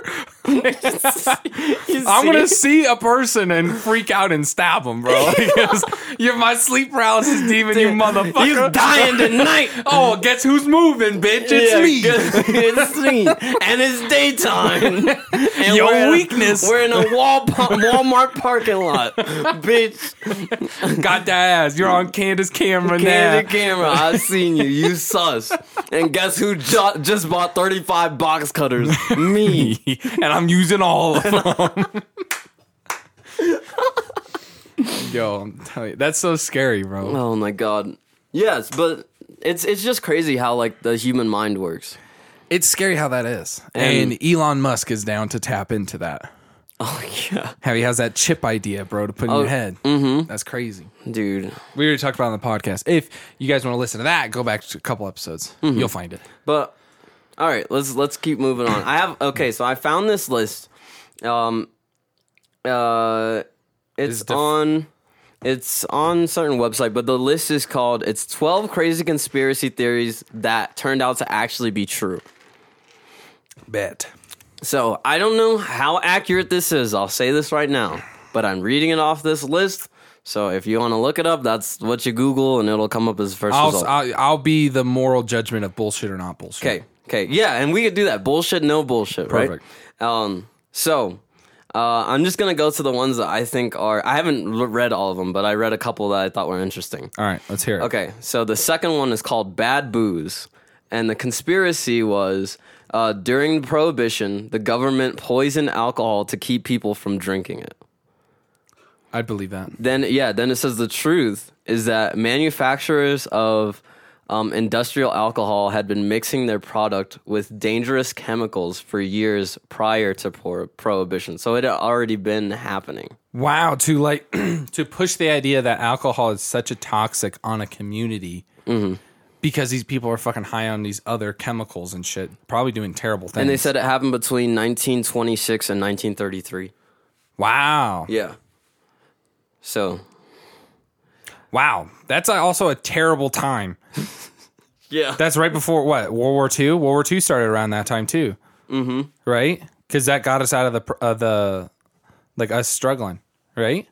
A: You
C: I'm
A: see?
C: gonna see a person and freak out and stab him, bro. Like, it's- you're my sleep paralysis demon, you motherfucker.
A: You dying tonight.
C: Oh, guess who's moving, bitch? It's
A: Yeah,
C: me.
A: good- it's me. And it's daytime. And
C: Your
A: we're in a-
C: weakness.
A: we're in a Wal- Walmart parking lot. Bitch,
C: Got that ass. You're on Candace Cameron
A: Candid
C: now.
A: camera. I seen you. You sus. And guess who ju- just bought 35 box cutters? Me.
C: and I'm using all of them. Yo, I'm telling you, that's so scary, bro.
A: Oh my god. Yes, but it's it's just crazy how like the human mind works.
C: It's scary how that is.
A: And-
C: And, Elon Musk is down to tap into that.
A: Oh yeah.
C: How he has that chip idea, bro, to put in your head. Mm-hmm. That's crazy.
A: Dude.
C: We already talked about it on the podcast. If you guys want to listen to that, go back to a couple episodes.
A: Mm-hmm.
C: You'll find it.
A: But all right, let's let's keep moving on. I have okay, so I found this list. Um, uh, it's
C: Is def-
A: on it's on certain website, but the list is called "It's 12 Crazy Conspiracy Theories That Turned Out to Actually Be True."
C: Bet.
A: So I don't know how accurate this is. I'll say this right now, but I'm reading it off this list. So if you want to look it up, that's what you Google, and it'll come up as the first
C: I'll,
A: result.
C: I'll, I'll be the moral judgment of bullshit or not bullshit.
A: Okay. Okay. Yeah, and we could do that. Bullshit, no bullshit,
C: Perfect.
A: right? Um. So, uh, I'm just gonna go to the ones that I think are. I haven't l- read all of them, but I read a couple that I thought were interesting.
C: All right, let's hear it.
A: Okay. So the second one is called Bad Booze, and the conspiracy was uh, during Prohibition, the government poisoned alcohol to keep people from drinking it.
C: I'd believe that.
A: Then yeah, then it says the truth is that manufacturers of um, industrial alcohol had been mixing their product with dangerous chemicals for years prior to pro- prohibition, so it had already been happening.
C: Wow, to like to push the idea that alcohol is such a toxic on a community
A: Mm-hmm.
C: because these people are fucking high on these other chemicals and shit, probably doing terrible things.
A: And they said it happened between 1926 and 1933.
C: "Wow,
A: Yeah. So
C: wow, that's also a terrible time."
A: yeah,
C: That's right before what World War II. World War II started around that time too, mm-hmm. right? Because that got us out of the pr- uh, the like us struggling, right?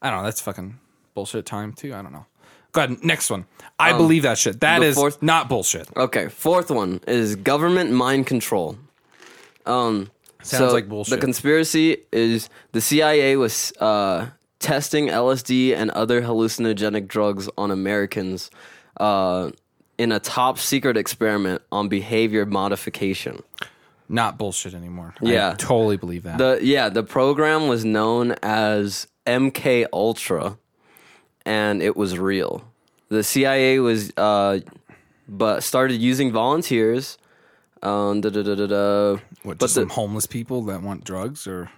C: I don't know. That's fucking bullshit time too. I don't know. Go ahead. Next one. I believe that shit. That
A: Um, the
C: is
A: fourth-
C: not bullshit.
A: okay. Fourth one is government mind control.
C: Sounds
A: So
C: like bullshit.
A: The conspiracy is the CIA was uh, testing LSD and other hallucinogenic drugs on Americans uh, in a top secret experiment on behavior modification.
C: not bullshit anymore.
A: Yeah.
C: I totally believe that.
A: The yeah, the program was known as MK Ultra, and it was real. The CIA was uh, but started using volunteers. Um, da da da da da.
C: what,
A: but
C: just
A: the-
C: some homeless people that want drugs or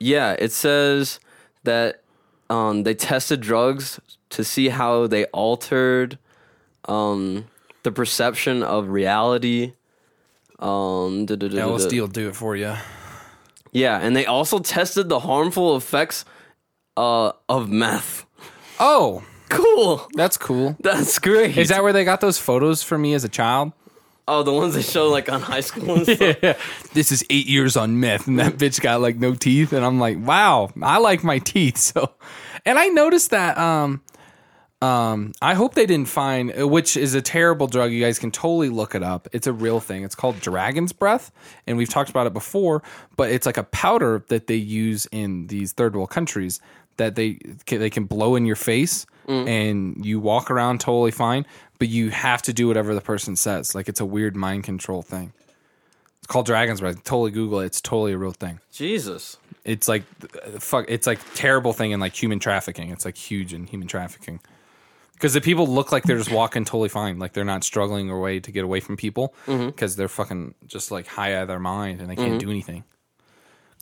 A: Yeah, it says that um, they tested drugs to see how they altered um, the perception of reality. Um, duh, duh, duh, duh, duh.
C: LSD will do it for you.
A: Yeah, and they also tested the harmful effects uh, of meth.
C: Oh,
A: Cool.
C: that's cool.
A: That's great.
C: Is that where they got those photos for me as a child?
A: oh, the ones they show like on high school and stuff.
C: This is eight years on meth, and that bitch got like no teeth, and I'm like, wow, I like my teeth. So, and I noticed that. Um, um, I hope they didn't find, which is a terrible drug. You guys can totally look it up. It's a real thing. It's called dragon's breath, and we've talked about it before. But it's like a powder that they use in these third world countries that they ca- they can blow in your face, and you walk around totally fine. But you have to do whatever the person says. Like it's a weird mind control thing. It's called dragon's breath. Totally Google it. It's totally a real thing.
A: Jesus.
C: It's like uh, fuck. It's like terrible thing in like human trafficking. It's like huge in human trafficking because the people look like they're just walking totally fine, like they're not struggling or way to get
A: Mm-hmm.
C: away from people because they're fucking just like high out of their mind and they can't do anything.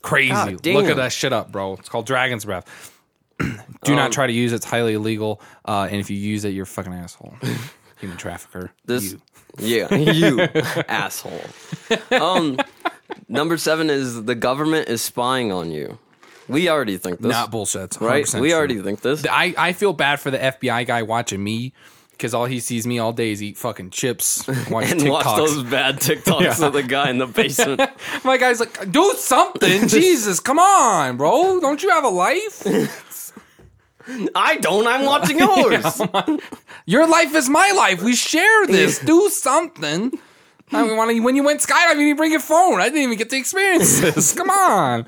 C: Crazy.
A: God damn.
C: Look at that shit up, bro. It's called Dragon's Breath. Do
A: Um,
C: not try to use it. It's highly illegal. Uh, and if you use it, you're a fucking asshole. Human trafficker.
A: This,
C: You.
A: yeah, you asshole. Um, number seven is the government is spying on you. We already think this,
C: Not bullshit. It's
A: right?
C: 100%
A: We
C: true.
A: already think this.
C: I, I feel bad for the FBI guy watching me because all he sees me all day is eat fucking chips and watch
A: and
C: TikToks.
A: watch those bad TikToks
C: Yeah.
A: of the guy in the basement.
C: My guy's like, do something. Jesus, come on, bro. Don't you have a life?
A: I don't. I'm watching yours.
C: Your life is my life. We share this. Do something. I mean, when you- when you went skydiving, you bring your phone. I didn't even get to experience this. Come on.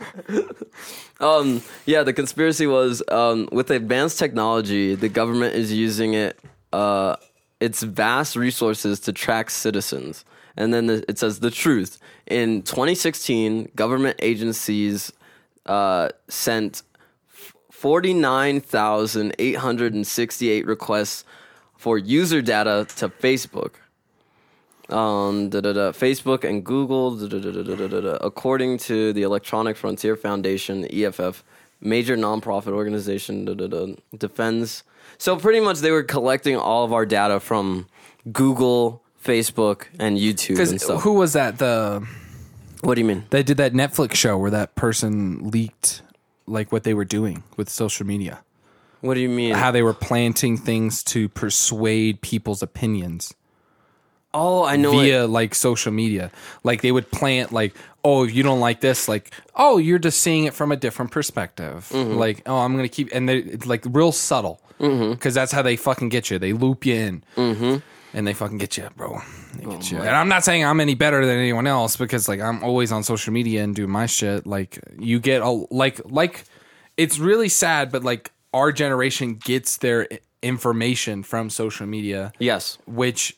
A: Um, yeah, the conspiracy was um, with advanced technology, the government is using it, uh, its vast resources to track citizens. And then the, it says the truth. In 2016, government agencies uh, sent 49,868 requests for user data to Facebook. Um, da, da, da, Facebook and Google, da, da, da, da, da, da, da. according to the Electronic Frontier Foundation, the EFF, major nonprofit organization, da, da, da, defends. So pretty much they were collecting all of our data from Google, Facebook, and YouTube and
C: Because
A: stuff.
C: who was that? The
A: what do you mean?
C: they did that Netflix show where that person leaked like what they were doing with social media,
A: What do you mean?
C: how they were planting things to persuade people's opinions.
A: oh, I know. it.
C: via like social media. Like they would plant like, oh, if you don't like this, like, oh, you're just seeing it from a different perspective.
A: Mm-hmm.
C: Like, oh, I'm gonna keep and they it's like real subtle because that's how they fucking get you. They loop you in.
A: Mm-hmm.
C: And they fucking get you, bro. They
A: Oh
C: get you. And I'm not saying I'm any better than anyone else because like I'm always on social media and doing my shit. Like you get a like like it's really sad, but like our generation gets their i- information from social media
A: Yes.
C: which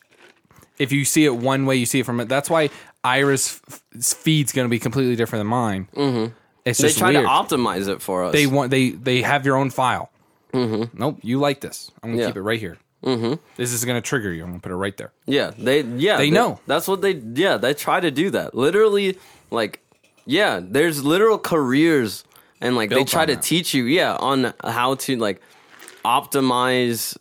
C: if you see it one way, you see it from it. That's why Ira's f- feed's going to be completely different than mine. Mm-hmm. It's
A: They
C: just
A: try
C: weird.
A: to optimize it for us.
C: they want they they have your own file. Mm-hmm. Nope, you like this. I'm going to
A: Yeah.
C: keep it right here. Mm-hmm. This is going to trigger you. I'm going to put it right there.
A: Yeah, they yeah
C: They know.
A: That's what they yeah they try to do that. Literally, like yeah, there's literal careers and like they
C: Built
A: try
C: on
A: to
C: that.
A: teach you yeah on how to like optimize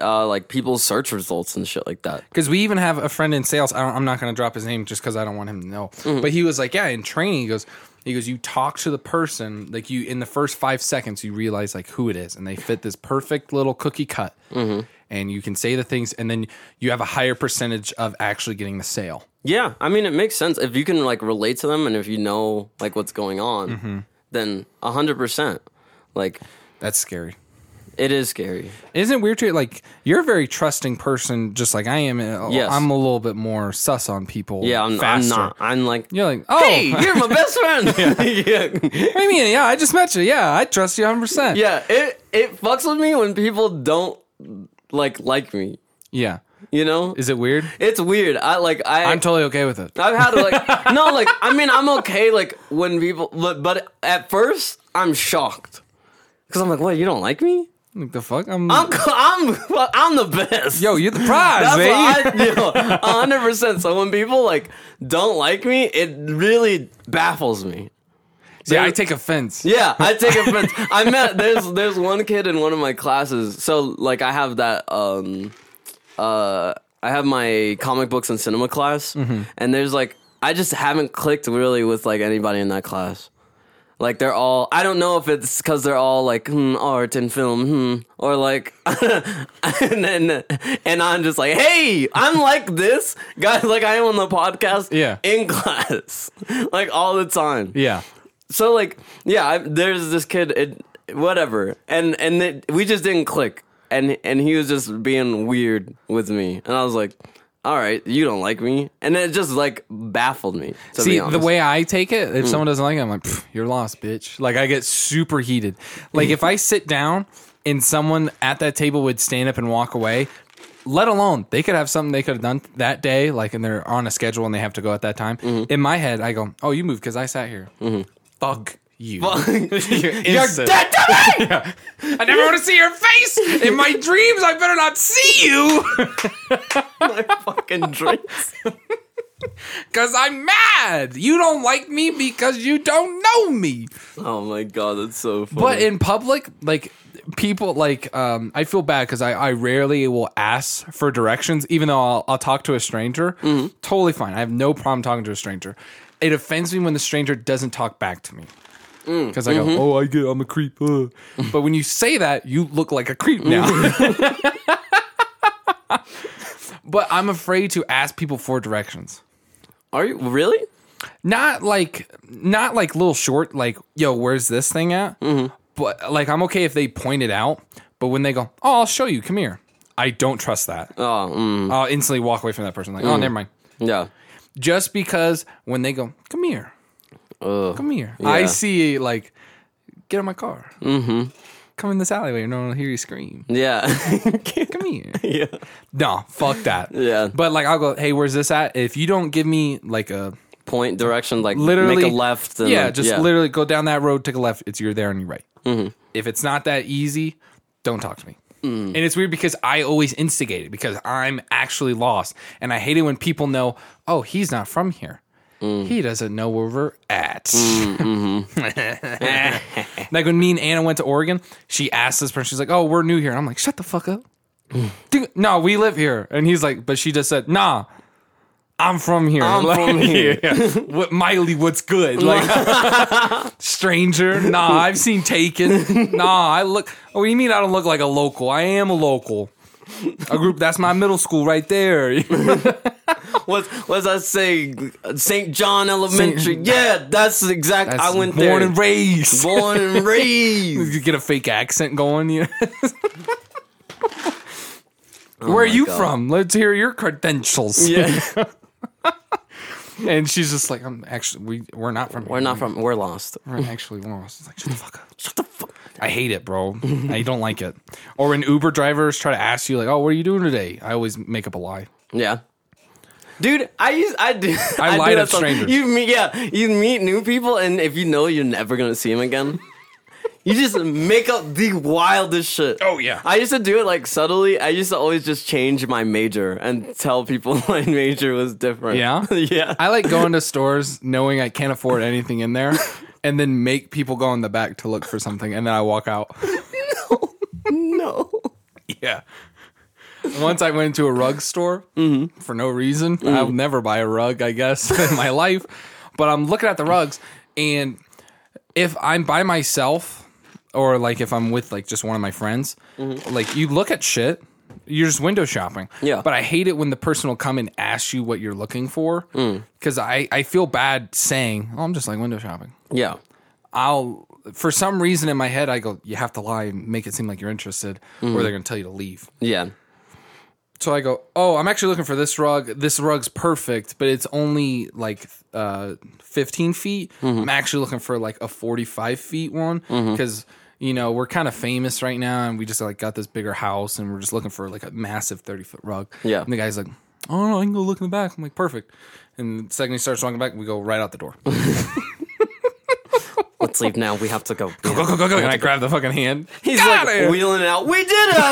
A: uh, like people's search results and shit like that.
C: Because we even have a friend in sales. I don't, I'm not going to drop his name just because I don't want him to know.
A: Mm-hmm.
C: But he was like, yeah, in training, he goes, he goes, you talk to the person like you in the first five seconds, you realize like who it is, and they fit this perfect little cookie cut,
A: Mm-hmm.
C: and you can say the things, and then you have a higher percentage of actually getting the sale.
A: Yeah, I mean it makes sense if you can like relate to them and if you know like what's going on,
C: Mm-hmm.
A: then a hundred percent. Like
C: That's scary.
A: it is scary.
C: Isn't it weird to like you're a very trusting person, just like I am. uh,
A: Yes.
C: I'm a little bit more sus on people.
A: Yeah, I'm, I'm
C: faster.
A: not. I'm like.
C: You're like, oh,
A: Hey, you're my best friend. yeah.
C: what do you mean? Yeah, I just met you. Yeah, I trust you 100. percent
A: Yeah, it it fucks with me when people don't like like me.
C: yeah.
A: You know,
C: Is it weird?
A: it's weird. I like I.
C: I'm totally okay with it.
A: I've had like no like I mean I'm okay like when people but, but at first I'm shocked because I'm like what you don't like me
C: Like the fuck? I'm,
A: I'm I'm I'm the best
C: yo, you're the prize,
A: that's
C: baby.
A: what I do hundred percent so when people like don't like me it really baffles me
C: yeah, I take offense.
A: Yeah, I take offense. I met there's there's one kid in one of my classes. So like I have that um uh I have my comic books and cinema class and there's like I just haven't clicked really with like anybody in that class. Like they're all I don't know if it's cuz they're all like hmm, art and film hmm, or like and then and I'm just like, "Hey, I'm like this guy like I am on the podcast
C: Yeah.
A: in class like all the time."
C: Yeah.
A: so like yeah I, there's this kid it, whatever and and it, we just didn't click and and he was just being weird with me and i was like all right you don't like me and it just like baffled me to
C: See,
A: be
C: the
A: honest. Hmm.
C: way I take it, if someone doesn't like it, I'm like, "Pff, you're lost, bitch. Like, I get super heated. Like, if I sit down and someone at that table would stand up and walk away, let alone they could have something they could have done that day, like, and they're on a schedule and they have to go at that time.
A: Mm-hmm.
C: In my head, I go, oh, you moved because I sat here. Fuck you. you're instant.
A: dead to me!
C: I never want to see your face. In my dreams, I better not see you.
A: my fucking drinks
C: Because I'm mad. You don't like me because you don't know me.
A: Oh my god, that's so funny.
C: But in public, like people, like um, I feel bad because I, I rarely will ask for directions, even though I'll, I'll talk to a stranger. Totally fine. I have no problem talking to a stranger. It offends me when the stranger doesn't talk back to me. Because I go, oh, I get, I'm a creep. uh." But when you say that, you look like a creep now. but I'm afraid to ask people for directions
A: are you really?
C: not like not like little short like yo where's this thing at
A: Mm-hmm.
C: but like i'm okay if they point it out but when they go oh i'll show you come here i don't trust that
A: Oh, mm,
C: i'll instantly walk away from that person like oh never mind
A: yeah.
C: just because when they go come here
A: Ugh.
C: come here i
A: Yeah.
C: see like get in my car mm-hmm. come in this alleyway and no one will hear you scream
A: Yeah.
C: come here
A: yeah.
C: no fuck that
A: Yeah.
C: but like i'll go hey where's this at if you don't give me like a
A: Point direction, like
C: literally
A: make a left. And
C: yeah,
A: then-
C: just literally go down that road, take a left. It's you're there and you're right.
A: Mm-hmm.
C: If it's not that easy, don't talk to me.
A: Mm.
C: And it's weird because I always instigate it because I'm actually lost, and I hate it when people know, oh, he's not from here.
A: Mm.
C: He doesn't know where we're at. like when me and Anna went to Oregon, she asked this person, she's like, "Oh, we're new here." And I'm like, "Shut the fuck up, dude! No, we live here." And he's like, "But she just said, nah, I'm from here.
A: I'm
C: Like,
A: from here.
C: yeah. What Miley? What's good? Like stranger? Nah, I've seen Taken. Nah, I look. Oh, you mean I don't look like a local? I am a local. A group that's my middle school right there.
A: What's what's that say? St. John Elementary. yeah, that's exact. I went
C: born
A: there.
C: and raised.
A: born and raised.
C: you get a fake accent going. You know? Where are you
A: God.
C: from? Let's hear your credentials.
A: Yeah,
C: And she's just like, I'm actually we we're not from
A: we're not from. We're lost.
C: We're actually lost. It's like shut the fuck up. Shut the fuck. I hate it, bro. I don't like it. Or when Uber drivers try to ask you like, "Oh, what are you doing today?" I always make up a lie.
A: Yeah. Dude, I use I do.
C: I
A: do
C: lie to
A: that some-
C: strangers.
A: You meet yeah, you meet new people, and if you know you're never gonna see them again, you just make up the wildest shit.
C: Oh, yeah.
A: I used to do it like subtly. I used to always just change my major and tell people my major was different.
C: Yeah?
A: yeah.
C: I like going to stores knowing I can't afford anything in there, and then make people go in the back to look for something, and then I walk out.
A: no.
C: Yeah. Once I went into a rug store for no reason. I'll never buy a rug, I guess, in my life. But I'm looking at the rugs, and if I'm by myself, or like if I'm with like just one of my friends, like you look at shit. You're just window shopping.
A: Yeah.
C: But I hate it when the person will come and ask you what you're looking for because I, I feel bad saying, oh, I'm just like window shopping.
A: Yeah.
C: I'll for some reason in my head I go, you have to lie and make it seem like you're interested, or they're gonna tell you to leave.
A: Yeah.
C: So I go, oh, I'm actually looking for this rug. This rug's perfect, but it's only like uh, 15 feet. I'm actually looking for like a 45 feet one because you know we're kind of famous right now, and we just like got this bigger house, and we're just looking for like a massive 30 foot rug.
A: Yeah.
C: and the guy's like, oh no, I can go look in the back. I'm like, perfect. And the second he starts walking back, we go right out the door.
A: Let's leave now. We have to go.
C: go go go go! And I grab the fucking hand.
A: He's
C: Get
A: like
C: outta here.
A: wheeling it out. We did have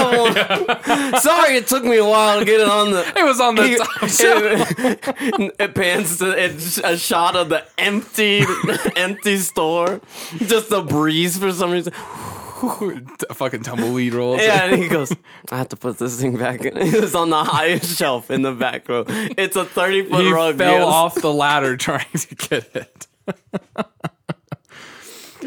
A: one. Sorry, it took me a while to get it on the.
C: It was on the
A: He-
C: top shelf.
A: it, it pans to it's a shot of the empty, empty store. Just the breeze for some reason.
C: T- fucking tumbleweed rolls.
A: Yeah, and he goes, "I have to put this thing back." in. It was on the highest shelf in the back row. It's a thirty foot
C: He
A: rug.
C: fell
A: yes.
C: off the ladder trying to get it.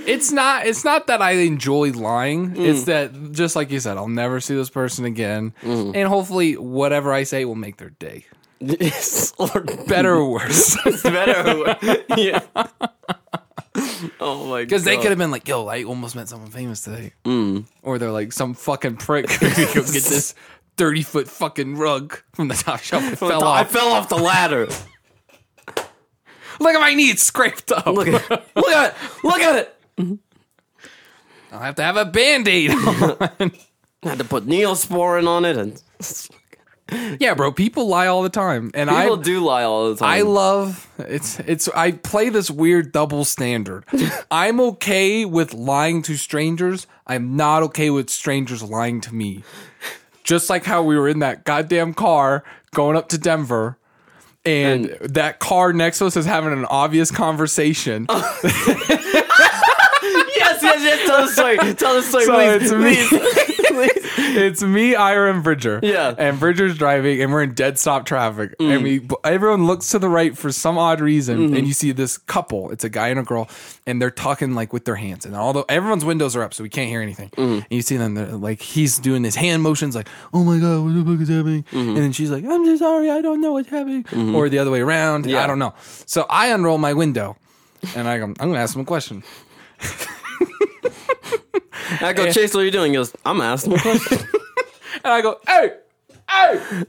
C: it's not. It's not that I enjoy lying. It's that just like you said, I'll never see this person again, and hopefully, whatever I say will make their day,
A: Yes, or
C: better or worse.
A: better. yeah. Oh my god.
C: Because they could have been like, "Yo, I almost met someone famous today," or they're like, "Some fucking prick go get this thirty foot fucking rug from the top shelf and fell
A: I
C: off.
A: fell off the ladder.
C: Look at my knee; it's scraped up.
A: Look at, look at it. Look at it.
C: I'll have to have a band aid."
A: I had to put neosporin on it, and
C: Yeah, bro. People lie all the time, and
A: people
C: I
A: do lie all the time.
C: I love it's it's I play this weird double standard. I'm okay with lying to strangers. I'm not okay with strangers lying to me. Just like how we were in that goddamn car going up to Denver, and that car next to us is having an obvious conversation.
A: yes, yes, yes. Tell the story. Tell the story,
C: So it's
A: please.
C: me.
A: please. Please.
C: it's me, Ira, and Bridger.
A: Yeah.
C: And Bridger's driving, and we're in dead stop traffic. And we everyone looks to the right for some odd reason, and you see this couple. It's a guy and a girl, and they're talking like with their hands. And although everyone's windows are up, so we can't hear anything. And you see them they're like he's doing his hand motions, like "Oh my god, what the fuck is happening?" And then she's like, "I'm so sorry, I don't know what's happening," or the other way around. I don't know. So I unroll my window, and I go, "I'm going to ask him a question."
A: I go, Chase, what are you doing? He goes, I'm asking a question.
C: And I go, "Hey, hey,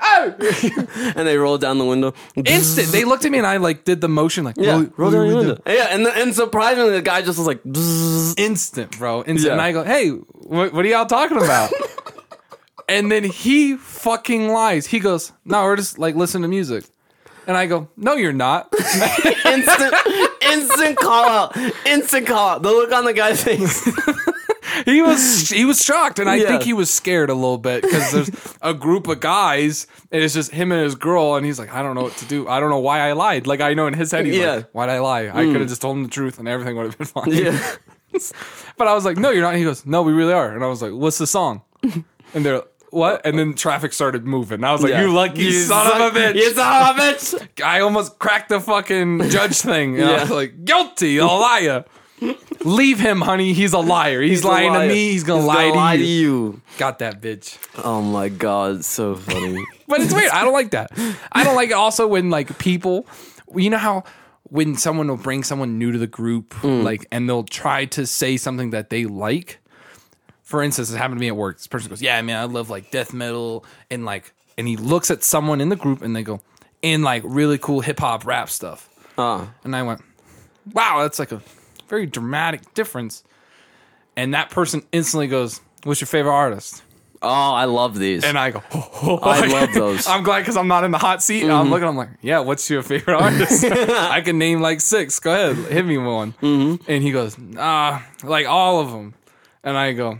C: hey!"
A: and they roll down the window.
C: instant. They looked at me and I like did the motion like
A: Yeah,
C: roll,
A: roll down your
C: your
A: window. Yeah, and and surprisingly, the guy just was like, "Bzzz."
C: Instant, bro. Instant.
A: Yeah.
C: And I go, hey, what, what are y'all talking about? and then he fucking lies. He goes, no, we're just like listening to music. And I go, no, you're not.
A: instant, instant call out, instant call out. The look on the guy's face.
C: he was he was shocked, and I
A: Yeah.
C: think he was scared a little bit because there's a group of guys, and it's just him and his girl, and he's like, I don't know what to do. I don't know why I lied. Like I know in his head, he's
A: Yeah. Hmm.
C: like, why'd I lie? I could have just told him the truth, and everything would have been fine.
A: yeah.
C: But I was like, no, you're not. And he goes, no, we really are. And I was like, what's the song? And they're, what? And then traffic started moving. And I was like,
A: Yeah.
C: you lucky son of a bitch.
A: You son of a bitch.
C: I almost cracked the fucking judge thing. And I
A: Yeah.
C: was like, guilty, a liar. Leave him, honey. He's a liar. He's, lying
A: He's a liar.
C: to me. He's going to lie,
A: gonna
C: to, you.
A: you.
C: Got that bitch.
A: Oh my god, so funny.
C: But it's weird. I don't like that. I don't like it also when like people, you know how when someone will bring someone new to the group, like, and they'll try to say something that they like. For instance, it happened to me at work. This person goes, "Yeah, man, I love like death metal," and like, and he looks at someone in the group, and they go, "And like really cool hip hop rap stuff."
A: Uh,
C: And I went, wow, that's like a very dramatic difference. And that person instantly goes, what's your favorite artist?
A: oh, I love these.
C: And I go,
A: I love those. Mm-hmm.
C: I'm glad because I'm not in the hot seat. And I'm looking, I'm like, yeah, what's your favorite artist? I can name like six. Go ahead, hit me with one.
A: Mm-hmm.
C: And he goes, ah, like all of them. And I go,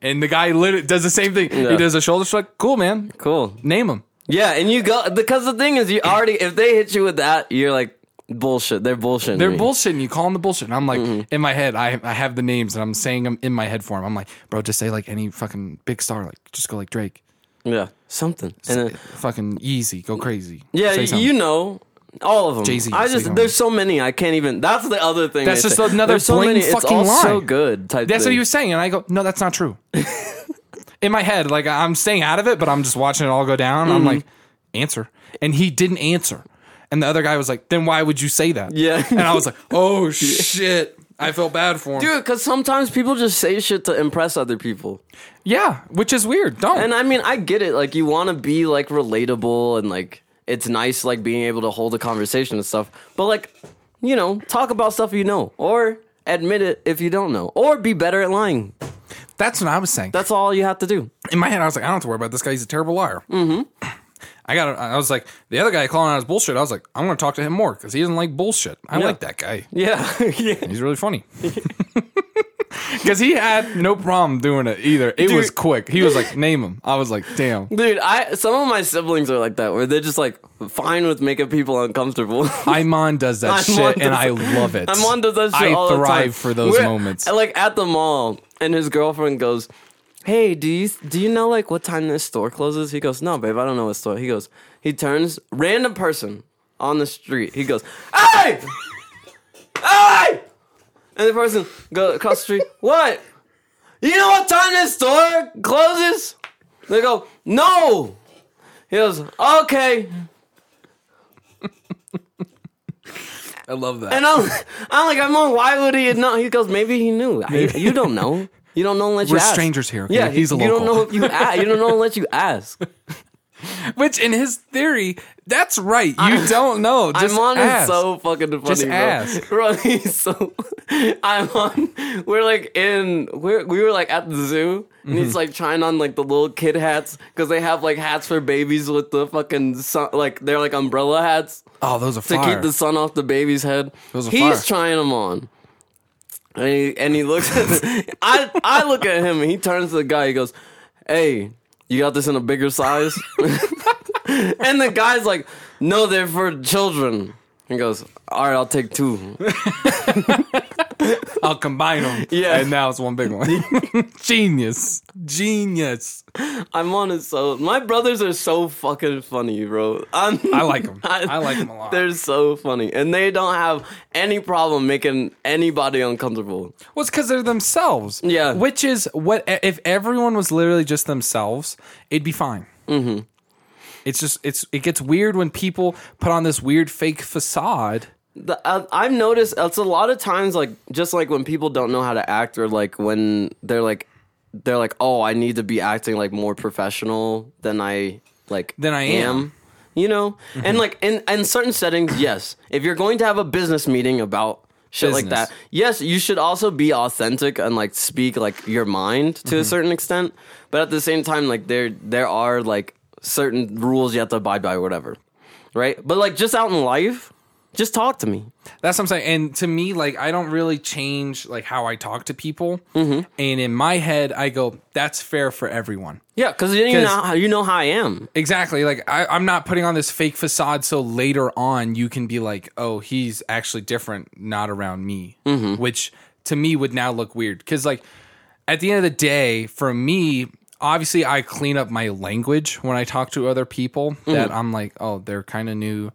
C: and the guy literally does the same thing.
A: Yeah.
C: He does a shoulder shrug. Cool, man.
A: cool.
C: Name them.
A: Yeah, and you go because the thing is, you already if they hit you with that, you're like bullshit. They're bullshit.
C: They're bullshitting. You call them the bullshit. And I'm like,
A: Mm-hmm.
C: in my head, I, I have the names and I'm saying them in my head form. I'm like, bro, just say like any fucking big star. Like, just go like Drake.
A: Yeah, something. And then,
C: fucking easy. Go crazy.
A: yeah,
C: Say
A: y-
C: something.
A: you know. All of them.
C: Jay-Z,
A: I
C: say
A: just
C: something.
A: there's so many. I can't even. That's the other thing.
C: That's
A: they
C: just
A: say.
C: another
A: There's so
C: blatant
A: many. It's
C: fucking
A: all
C: lie.
A: so good. Type.
C: That's what
A: thing.
C: he was saying. And I go, no, that's not true. in my head, like, I'm staying out of it, but I'm just watching it all go down.
A: Mm-hmm.
C: I'm like, answer. And he didn't answer. And the other guy was like, then why would you say that?
A: Yeah.
C: And I was like, oh, shit. I felt bad for him.
A: Dude, because sometimes people just say shit to impress other people.
C: Yeah, which is weird. Don't.
A: And I mean, I get it. Like, you want to be like relatable and like it's nice, like being able to hold a conversation and stuff. But like, you know, talk about stuff you know or admit it if you don't know or be better at lying.
C: that's what I was saying.
A: That's all you have to do.
C: in my head, I was like, I don't have to worry about this guy. He's a terrible liar. Mm-hmm. I got. I was like, the other guy calling out his bullshit. I was like, I'm going to talk to him more because he doesn't like bullshit. I like that guy.
A: Yeah. yeah.
C: He's really funny. Because he had no problem doing it either. It was quick. He was like, name him. I was like, damn.
A: Dude, I some of my siblings are like that where they're just like fine with making people uncomfortable.
C: Iman does that
A: I'm on
C: shit, and
A: this-
C: I love it.
A: I'm on to that shit
C: I
A: all the
C: thrive
A: time.
C: for those
A: We're-
C: moments.
A: Like at the mall, and his girlfriend goes, "Hey, do you do you know like what time this store closes?" He goes, "No, babe, I don't know what store." He goes, he turns random person on the street. He goes, "Hey, hey," and the person goes across the street. What? You know what time this store closes? They go, "No." He goes, "Okay."
C: I love that.
A: And I'm, I'm like, I'm on. Why would he know? He goes, maybe he knew. I- you don't know. You don't know unless
C: We're
A: you ask.
C: strangers here, okay?
A: Yeah,
C: He's a
A: you don't
C: local.
A: know if you ask. You don't know unless you ask.
C: Which, in his theory, that's right. You don't know. Just
A: I'm on
C: ask.
A: is so fucking funny.
C: Just
A: bro.
C: ask.
A: Bro, he's so. I'm on. We're like in. We're, we were like at the zoo, and
C: Mm-hmm.
A: he's like trying on like the little kid hats because they have like hats for babies with the fucking sun, like they're like umbrella hats.
C: oh, those are
A: to
C: fire.
A: keep the sun off the baby's head.
C: Those are
A: He's
C: fire.
A: trying them on. And he, and he looks at I I look at him and he turns to the guy. He goes, "Hey, you got this in a bigger size?" and the guy's like, no, they're for children. He goes, all right, I'll take two.
C: I'll combine them.
A: Yeah.
C: And now it's one big one. Genius. Genius.
A: I'm on it so. My brothers are so fucking funny, bro. I'm,
C: I like them. I like them a lot.
A: They're so funny, and they don't have any problem making anybody uncomfortable.
C: Well, it's because they're themselves.
A: Yeah.
C: Which is what e, if everyone was literally just themselves, it'd be fine. Mm-hmm. It's just it's it gets weird when people put on this weird fake facade.
A: The, uh, I've noticed it's a lot of times like just like when people don't know how to act, or like when they're like they're like, oh, I need to be acting like more professional than I like
C: Than I am.
A: You know,
C: Mm-hmm.
A: and like in in certain settings, yes. If you're going to have a business meeting about shit like
C: Business.
A: that, yes, you should also be authentic and like speak like your mind to
C: Mm-hmm.
A: a certain extent. But at the same time, like there there are like certain rules you have to abide by, whatever, right? But like just out in life, just talk to me.
C: That's what I'm saying. And to me, like I don't really change like how I talk to people. And in my head, I go, that's fair for everyone.
A: Yeah, because you know
C: 'Cause-
A: how, you know how I am.
C: Exactly. Like I, I'm not putting on this fake facade so later on you can be like, oh, he's actually different, not around me. Which to me would now look weird. Cause like at the end of the day, for me, obviously I clean up my language when I talk to other people that I'm like, oh, they're kind of new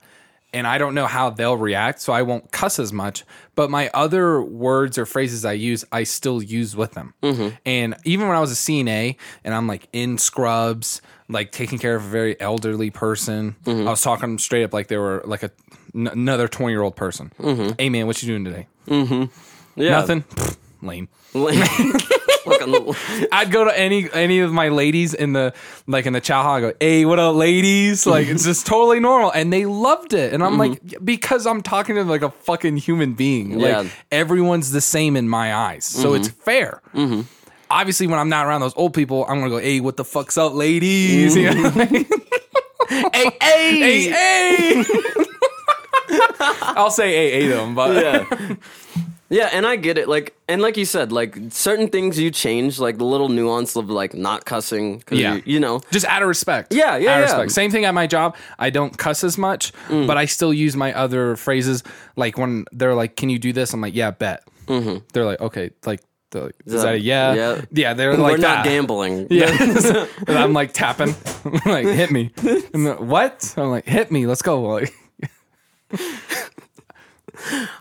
C: and I don't know how they'll react, so I won't cuss as much. But my other words or phrases I use, I still use with them. And even when I was a CNA and I'm like in scrubs, like taking care of a very elderly person, I was talking to them straight up like they were like a, n- another 20 year old person. Hey man, what you doing today?
A: Yeah.
C: Nothing? Pfft, lame.
A: Fucking-
C: I'd go to any any of my ladies in the like in the chow hall. I go, hey, what up,
A: Mm-hmm.
C: ladies? Like it's just totally normal, and they loved it. And I'm like, because I'm talking to them like a fucking human being. Like
A: Yeah. Mm-hmm.
C: everyone's the same in my eyes, so it's fair. Obviously, when I'm not around those old people, I'm gonna go, hey, what the fuck's up, ladies? You know?
A: hey, hey,
C: hey, hey. I'll say hey, hey them, but
A: yeah. Yeah, and I get it. Like, and like you said, like certain things you change, like the little nuance of like not cussing, 'cause
C: Yeah.
A: you, you know.
C: Just out of respect. Out
A: Yeah, yeah, Mm.
C: of
A: yeah.
C: respect. Same thing at my job. I don't cuss as much, but I still use my other phrases. Like when they're like, "Can you do this?" I'm like, "Yeah, bet." Mm-hmm. They're like, "Okay, like, they're like, is
A: that-
C: that a yeah?"
A: yeah.
C: yeah they're
A: We're
C: like
A: not
C: that.
A: gambling.
C: Yeah, and I'm like tapping, I'm like hit me. And they're, what? I'm like hit me. Let's go. Like,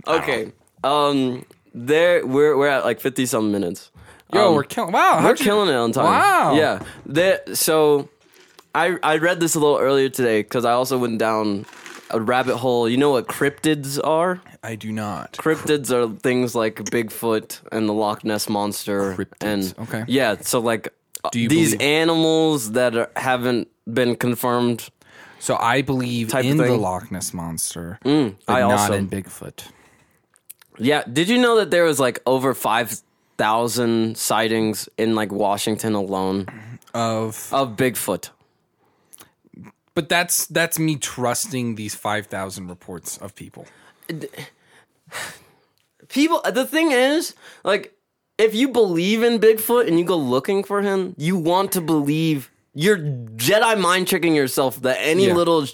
A: Okay. Um, there we're we're at like fifty some minutes.
C: yo,
A: Um,
C: we're killing. Wow,
A: We're
C: how'd you-
A: killing it on time.
C: Wow.
A: Yeah. There, so I I read this a little earlier today because I also went down a rabbit hole. You know what cryptids are?
C: I do not.
A: Cryptids are things like Bigfoot and the Loch Ness monster.
C: Cryptids,
A: And
C: okay.
A: Yeah. So like
C: Do you
A: these
C: believe-
A: animals that are, haven't been confirmed.
C: So I believe
A: Type of
C: in the
A: thing. Mm,
C: Loch Ness monster, but
A: I
C: not
A: also-
C: in Bigfoot.
A: Yeah. Did you know that there was like over five thousand sightings in like Washington alone
C: Of
A: of Bigfoot?
C: But that's that's me trusting these five thousand reports of people.
A: people the thing is like if you believe in bigfoot and you go looking for him you want to believe you're jedi mind tricking yourself that any
C: Yeah.
A: little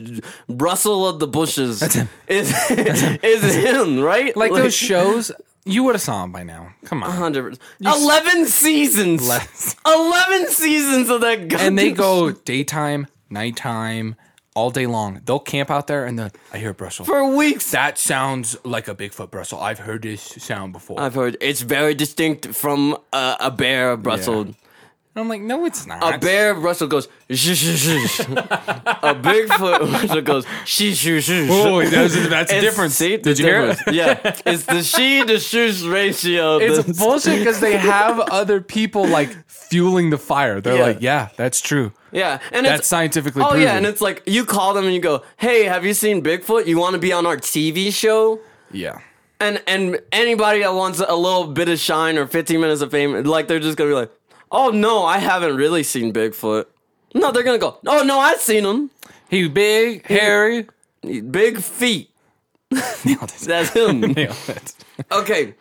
A: rustle of the bushes is is him right
C: Like, those shows, you would have saw them by now. Come on.
A: 100 11 seasons
C: Le-
A: 11 seasons of that guy
C: and they go daytime, nighttime, all day long. They'll camp out there, and then I hear a brussel.
A: for weeks
C: that sounds like a Bigfoot brussel. I've heard this sound before.
A: I've heard it's very distinct from a, a bear rustled.
C: and I'm like, no, it's not.
A: A bear rustled goes shh shh shh. a Bigfoot rustled goes shh shh shh.
C: Oh, that's, that's a
A: It's-
C: difference.
A: See, the
C: Did you hear?
A: difference. Yeah, it's the she to shoes ratio.
C: It's
A: That's-
C: bullshit because they have other people like fueling the fire. They're
A: Yeah.
C: like, yeah, that's true.
A: yeah, and
C: That's
A: it's,
C: scientifically
A: Oh
C: proven.
A: yeah, and it's like you call them and you go, "Hey, have you seen Bigfoot? You want to be on our TV show?"
C: yeah.
A: And and anybody that wants a little bit of shine or 15 minutes of fame, like they're just gonna be like, "Oh no, I haven't really seen Bigfoot." No, they're gonna go, "Oh no, I've seen him.
C: He big, hairy.
A: Big feet.
C: Nailed it.
A: That's him."
C: Nailed it.
A: okay,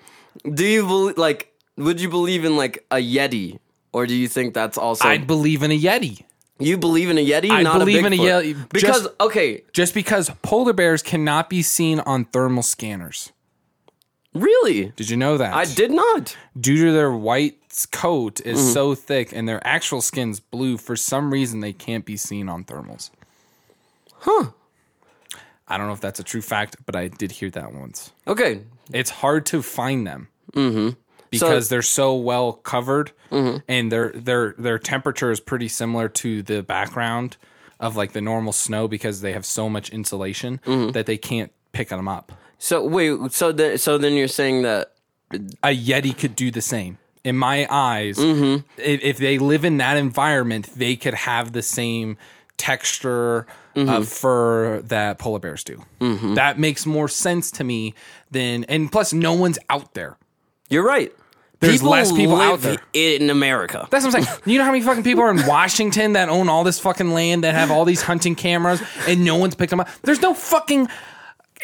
A: do you believe like? Would you believe in like a yeti, or do you think that's also
C: I'd believe in a Yeti.
A: You believe in a Yeti?
C: I
A: not
C: believe in a
A: Bigfoot.
C: Yeti.
A: because
C: Just-
A: okay,
C: Just because polar bears cannot be seen on thermal scanners.
A: really,
C: Did you know that?
A: I did not.
C: Due to their white coat is so thick and their actual skin's blue, for some reason they can't be seen on thermals.
A: Huh?
C: I don't know if that's a true fact, but I did hear that once.
A: Okay,
C: It's hard to find them. Because they're so well covered and their their their temperature is pretty similar to the background of like the normal snow because they have so much insulation that they can't pick them up.
A: so wait, so then, so then you're saying that
C: a yeti could do the same in my eyes i- if, they live in that environment they could have the same texture of fur that polar bears do that makes more sense to me than and plus no one's out there
A: you're right.
C: There's less people out
A: live in America.
C: that's what I'm saying. You know how many fucking people are in Washington that own all this fucking land that have all these hunting cameras and no one's picked them up? There's no fucking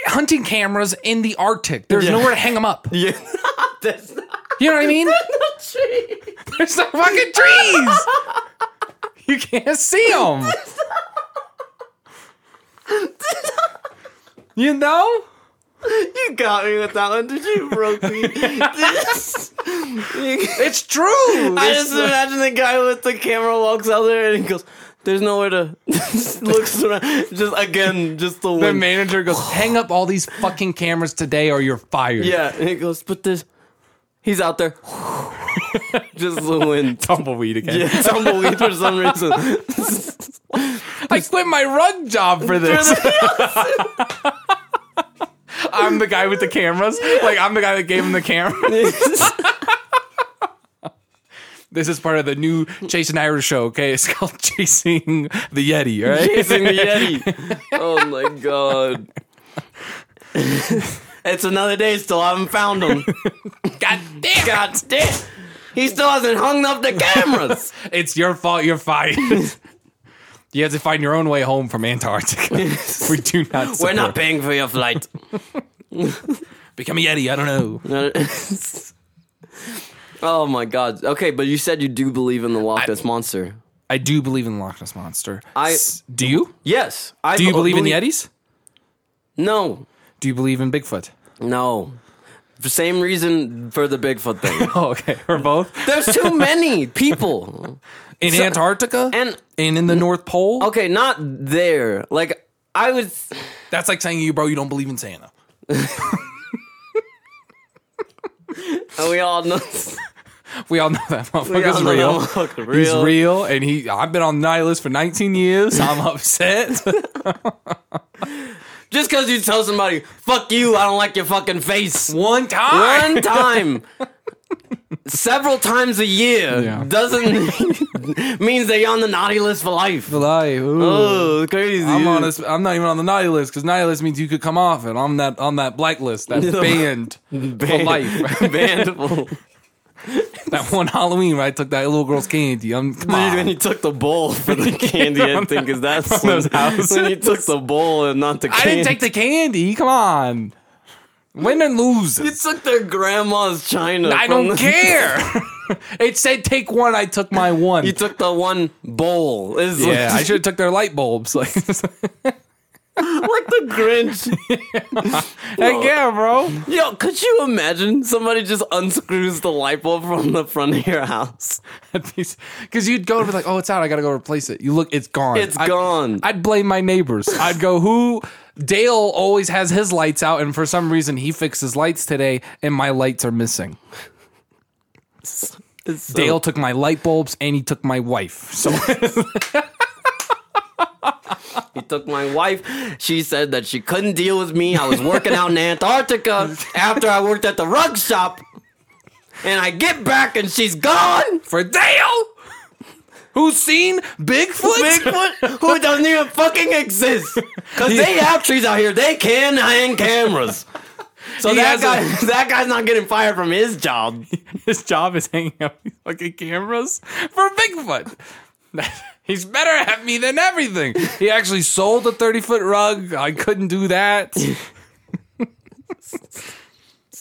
C: hunting cameras in the Arctic. There's nowhere to hang them up.
A: Yeah, that's not
C: You know what I mean?
A: true.
C: There's no fucking trees. you can't see them. you know?
A: You got me with that one. Did you broke me? I
C: It's true. There's-
A: just imagine the guy with the camera walks out there and he goes, "There's nowhere to." looks around, just again, just the
C: the
A: wind.
C: manager goes, hang up all these fucking cameras today or you're fired.
A: yeah, and he goes, "But there's." He's out there, just the wind.
C: Tumbleweed again.
A: Yeah, tumbleweed for some reason.
C: I quit my rug job for this. I'm the guy with the cameras. Like, I'm the guy that gave him the camera. This is part of the new Jason Irish show, okay? It's called Chasing the Yeti, all right?
A: Chasing the Yeti. Oh my god. it's another day still. I haven't found him.
C: God damn!
A: God damn. He still hasn't hung up the cameras.
C: It's your fault. You're fired. you have to find your own way home from Antarctica. we do not.
A: We're not
C: support-
A: paying for your flight.
C: become a yeti. I don't know.
A: oh my god. Okay, but you said you do believe in the Loch Ness monster.
C: I do believe in the Loch Ness monster.
A: I-
C: S- do you?
A: Yes. I
C: Do you believe in yetis?
A: No.
C: Do you believe in Bigfoot?
A: No. The same reason for the Bigfoot thing.
C: Oh, okay. Or both
A: There's too many people.
C: in Antarctica
A: and-
C: and in the North Pole.
A: Okay, not there. Like I was
C: That's like saying you, bro. You don't believe in Santa.
A: and we all know
C: We all know that
A: we all
C: motherfucker's
A: know that
C: real.
A: motherfucker
C: He's real, and he. I've been on the night list for 19 years. I'm upset.
A: Just because you tell somebody, fuck you, I don't like your fucking face.
C: One time.
A: One time, several times a year,
C: Yeah.
A: doesn't means they're on the naughty list for life.
C: Life. Ooh.
A: Oh, crazy.
C: I'm on this. I'm not even on the naughty list because naughty list means you could come off it. I'm that on that blacklist, that banned for
A: Banned.
C: life.
A: Bandful.
C: that one Halloween where I took that little girl's candy. I'm come
A: Dude, when
C: on.
A: he took the bowl for the candy, I think is that's
C: From those
A: when, when he took the bowl and not the
C: I
A: candy.
C: didn't take the candy. Come on, win and lose.
A: You took their grandma's china.
C: I don't
A: from the-
C: care. it said take one. I took my one.
A: You took the one bowl. It's
C: yeah,
A: like-
C: I should have took their light bulbs. Like,
A: like the Grinch.
C: heck yeah, bro.
A: Yo, could you imagine somebody just unscrews the light bulb from the front of your house?
C: Because you'd go and be like, oh, it's out. I gotta go replace it. You look, it's gone.
A: It's
C: I-
A: gone.
C: I'd blame my neighbors. I'd go, who? Dale always has his lights out, and for some reason he fixed his lights today, and my lights are missing.
A: It's so-
C: Dale took my light bulbs, and he took my wife. So
A: he took my wife. She said that she couldn't deal with me. I was working out in Antarctica after I worked at the rug shop. And I get back and she's gone.
C: for Dale, who's seen Bigfoot,
A: Bigfoot, who doesn't even fucking exist, because they have trees out here. They can hang cameras. So
C: He
A: that
C: has
A: guy,
C: a-
A: that guy's not getting fired from his job.
C: his job is hanging up these fucking cameras for Bigfoot. He's better at me than everything. He actually sold a 30 foot rug. I couldn't do that.
A: His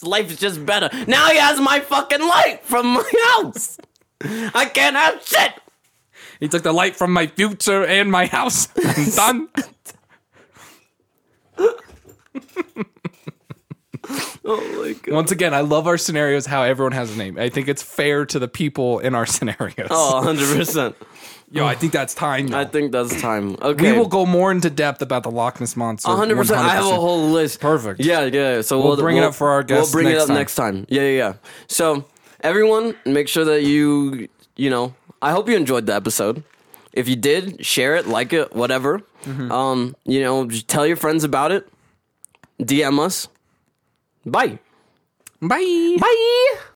A: life is just better. Now he has my fucking light from my house. I can't have shit.
C: He took the light from my future and my house. I'm done.
A: Oh my god.
C: Once again, I love our scenarios. How everyone has a name. I think it's fair to the people in our scenarios.
A: Oh, 100%.
C: Yo, I think that's time. yo.
A: I think that's time. Okay.
C: we will go more into depth about the Loch Ness monster.
A: 100%. I have a
C: 100%.
A: whole list.
C: Perfect.
A: Yeah, yeah. So we'll,
C: bring it
A: we'll-
C: up for our guests
A: We'll bring
C: next
A: it up
C: time.
A: next time. Yeah, yeah, yeah. So everyone, make sure that you, you know, I hope you enjoyed the episode. If you did, share it, like it, whatever.
C: Mm-hmm.
A: Um, you know, just tell your friends about it. DM us. Bye.
C: Bye.
A: Bye.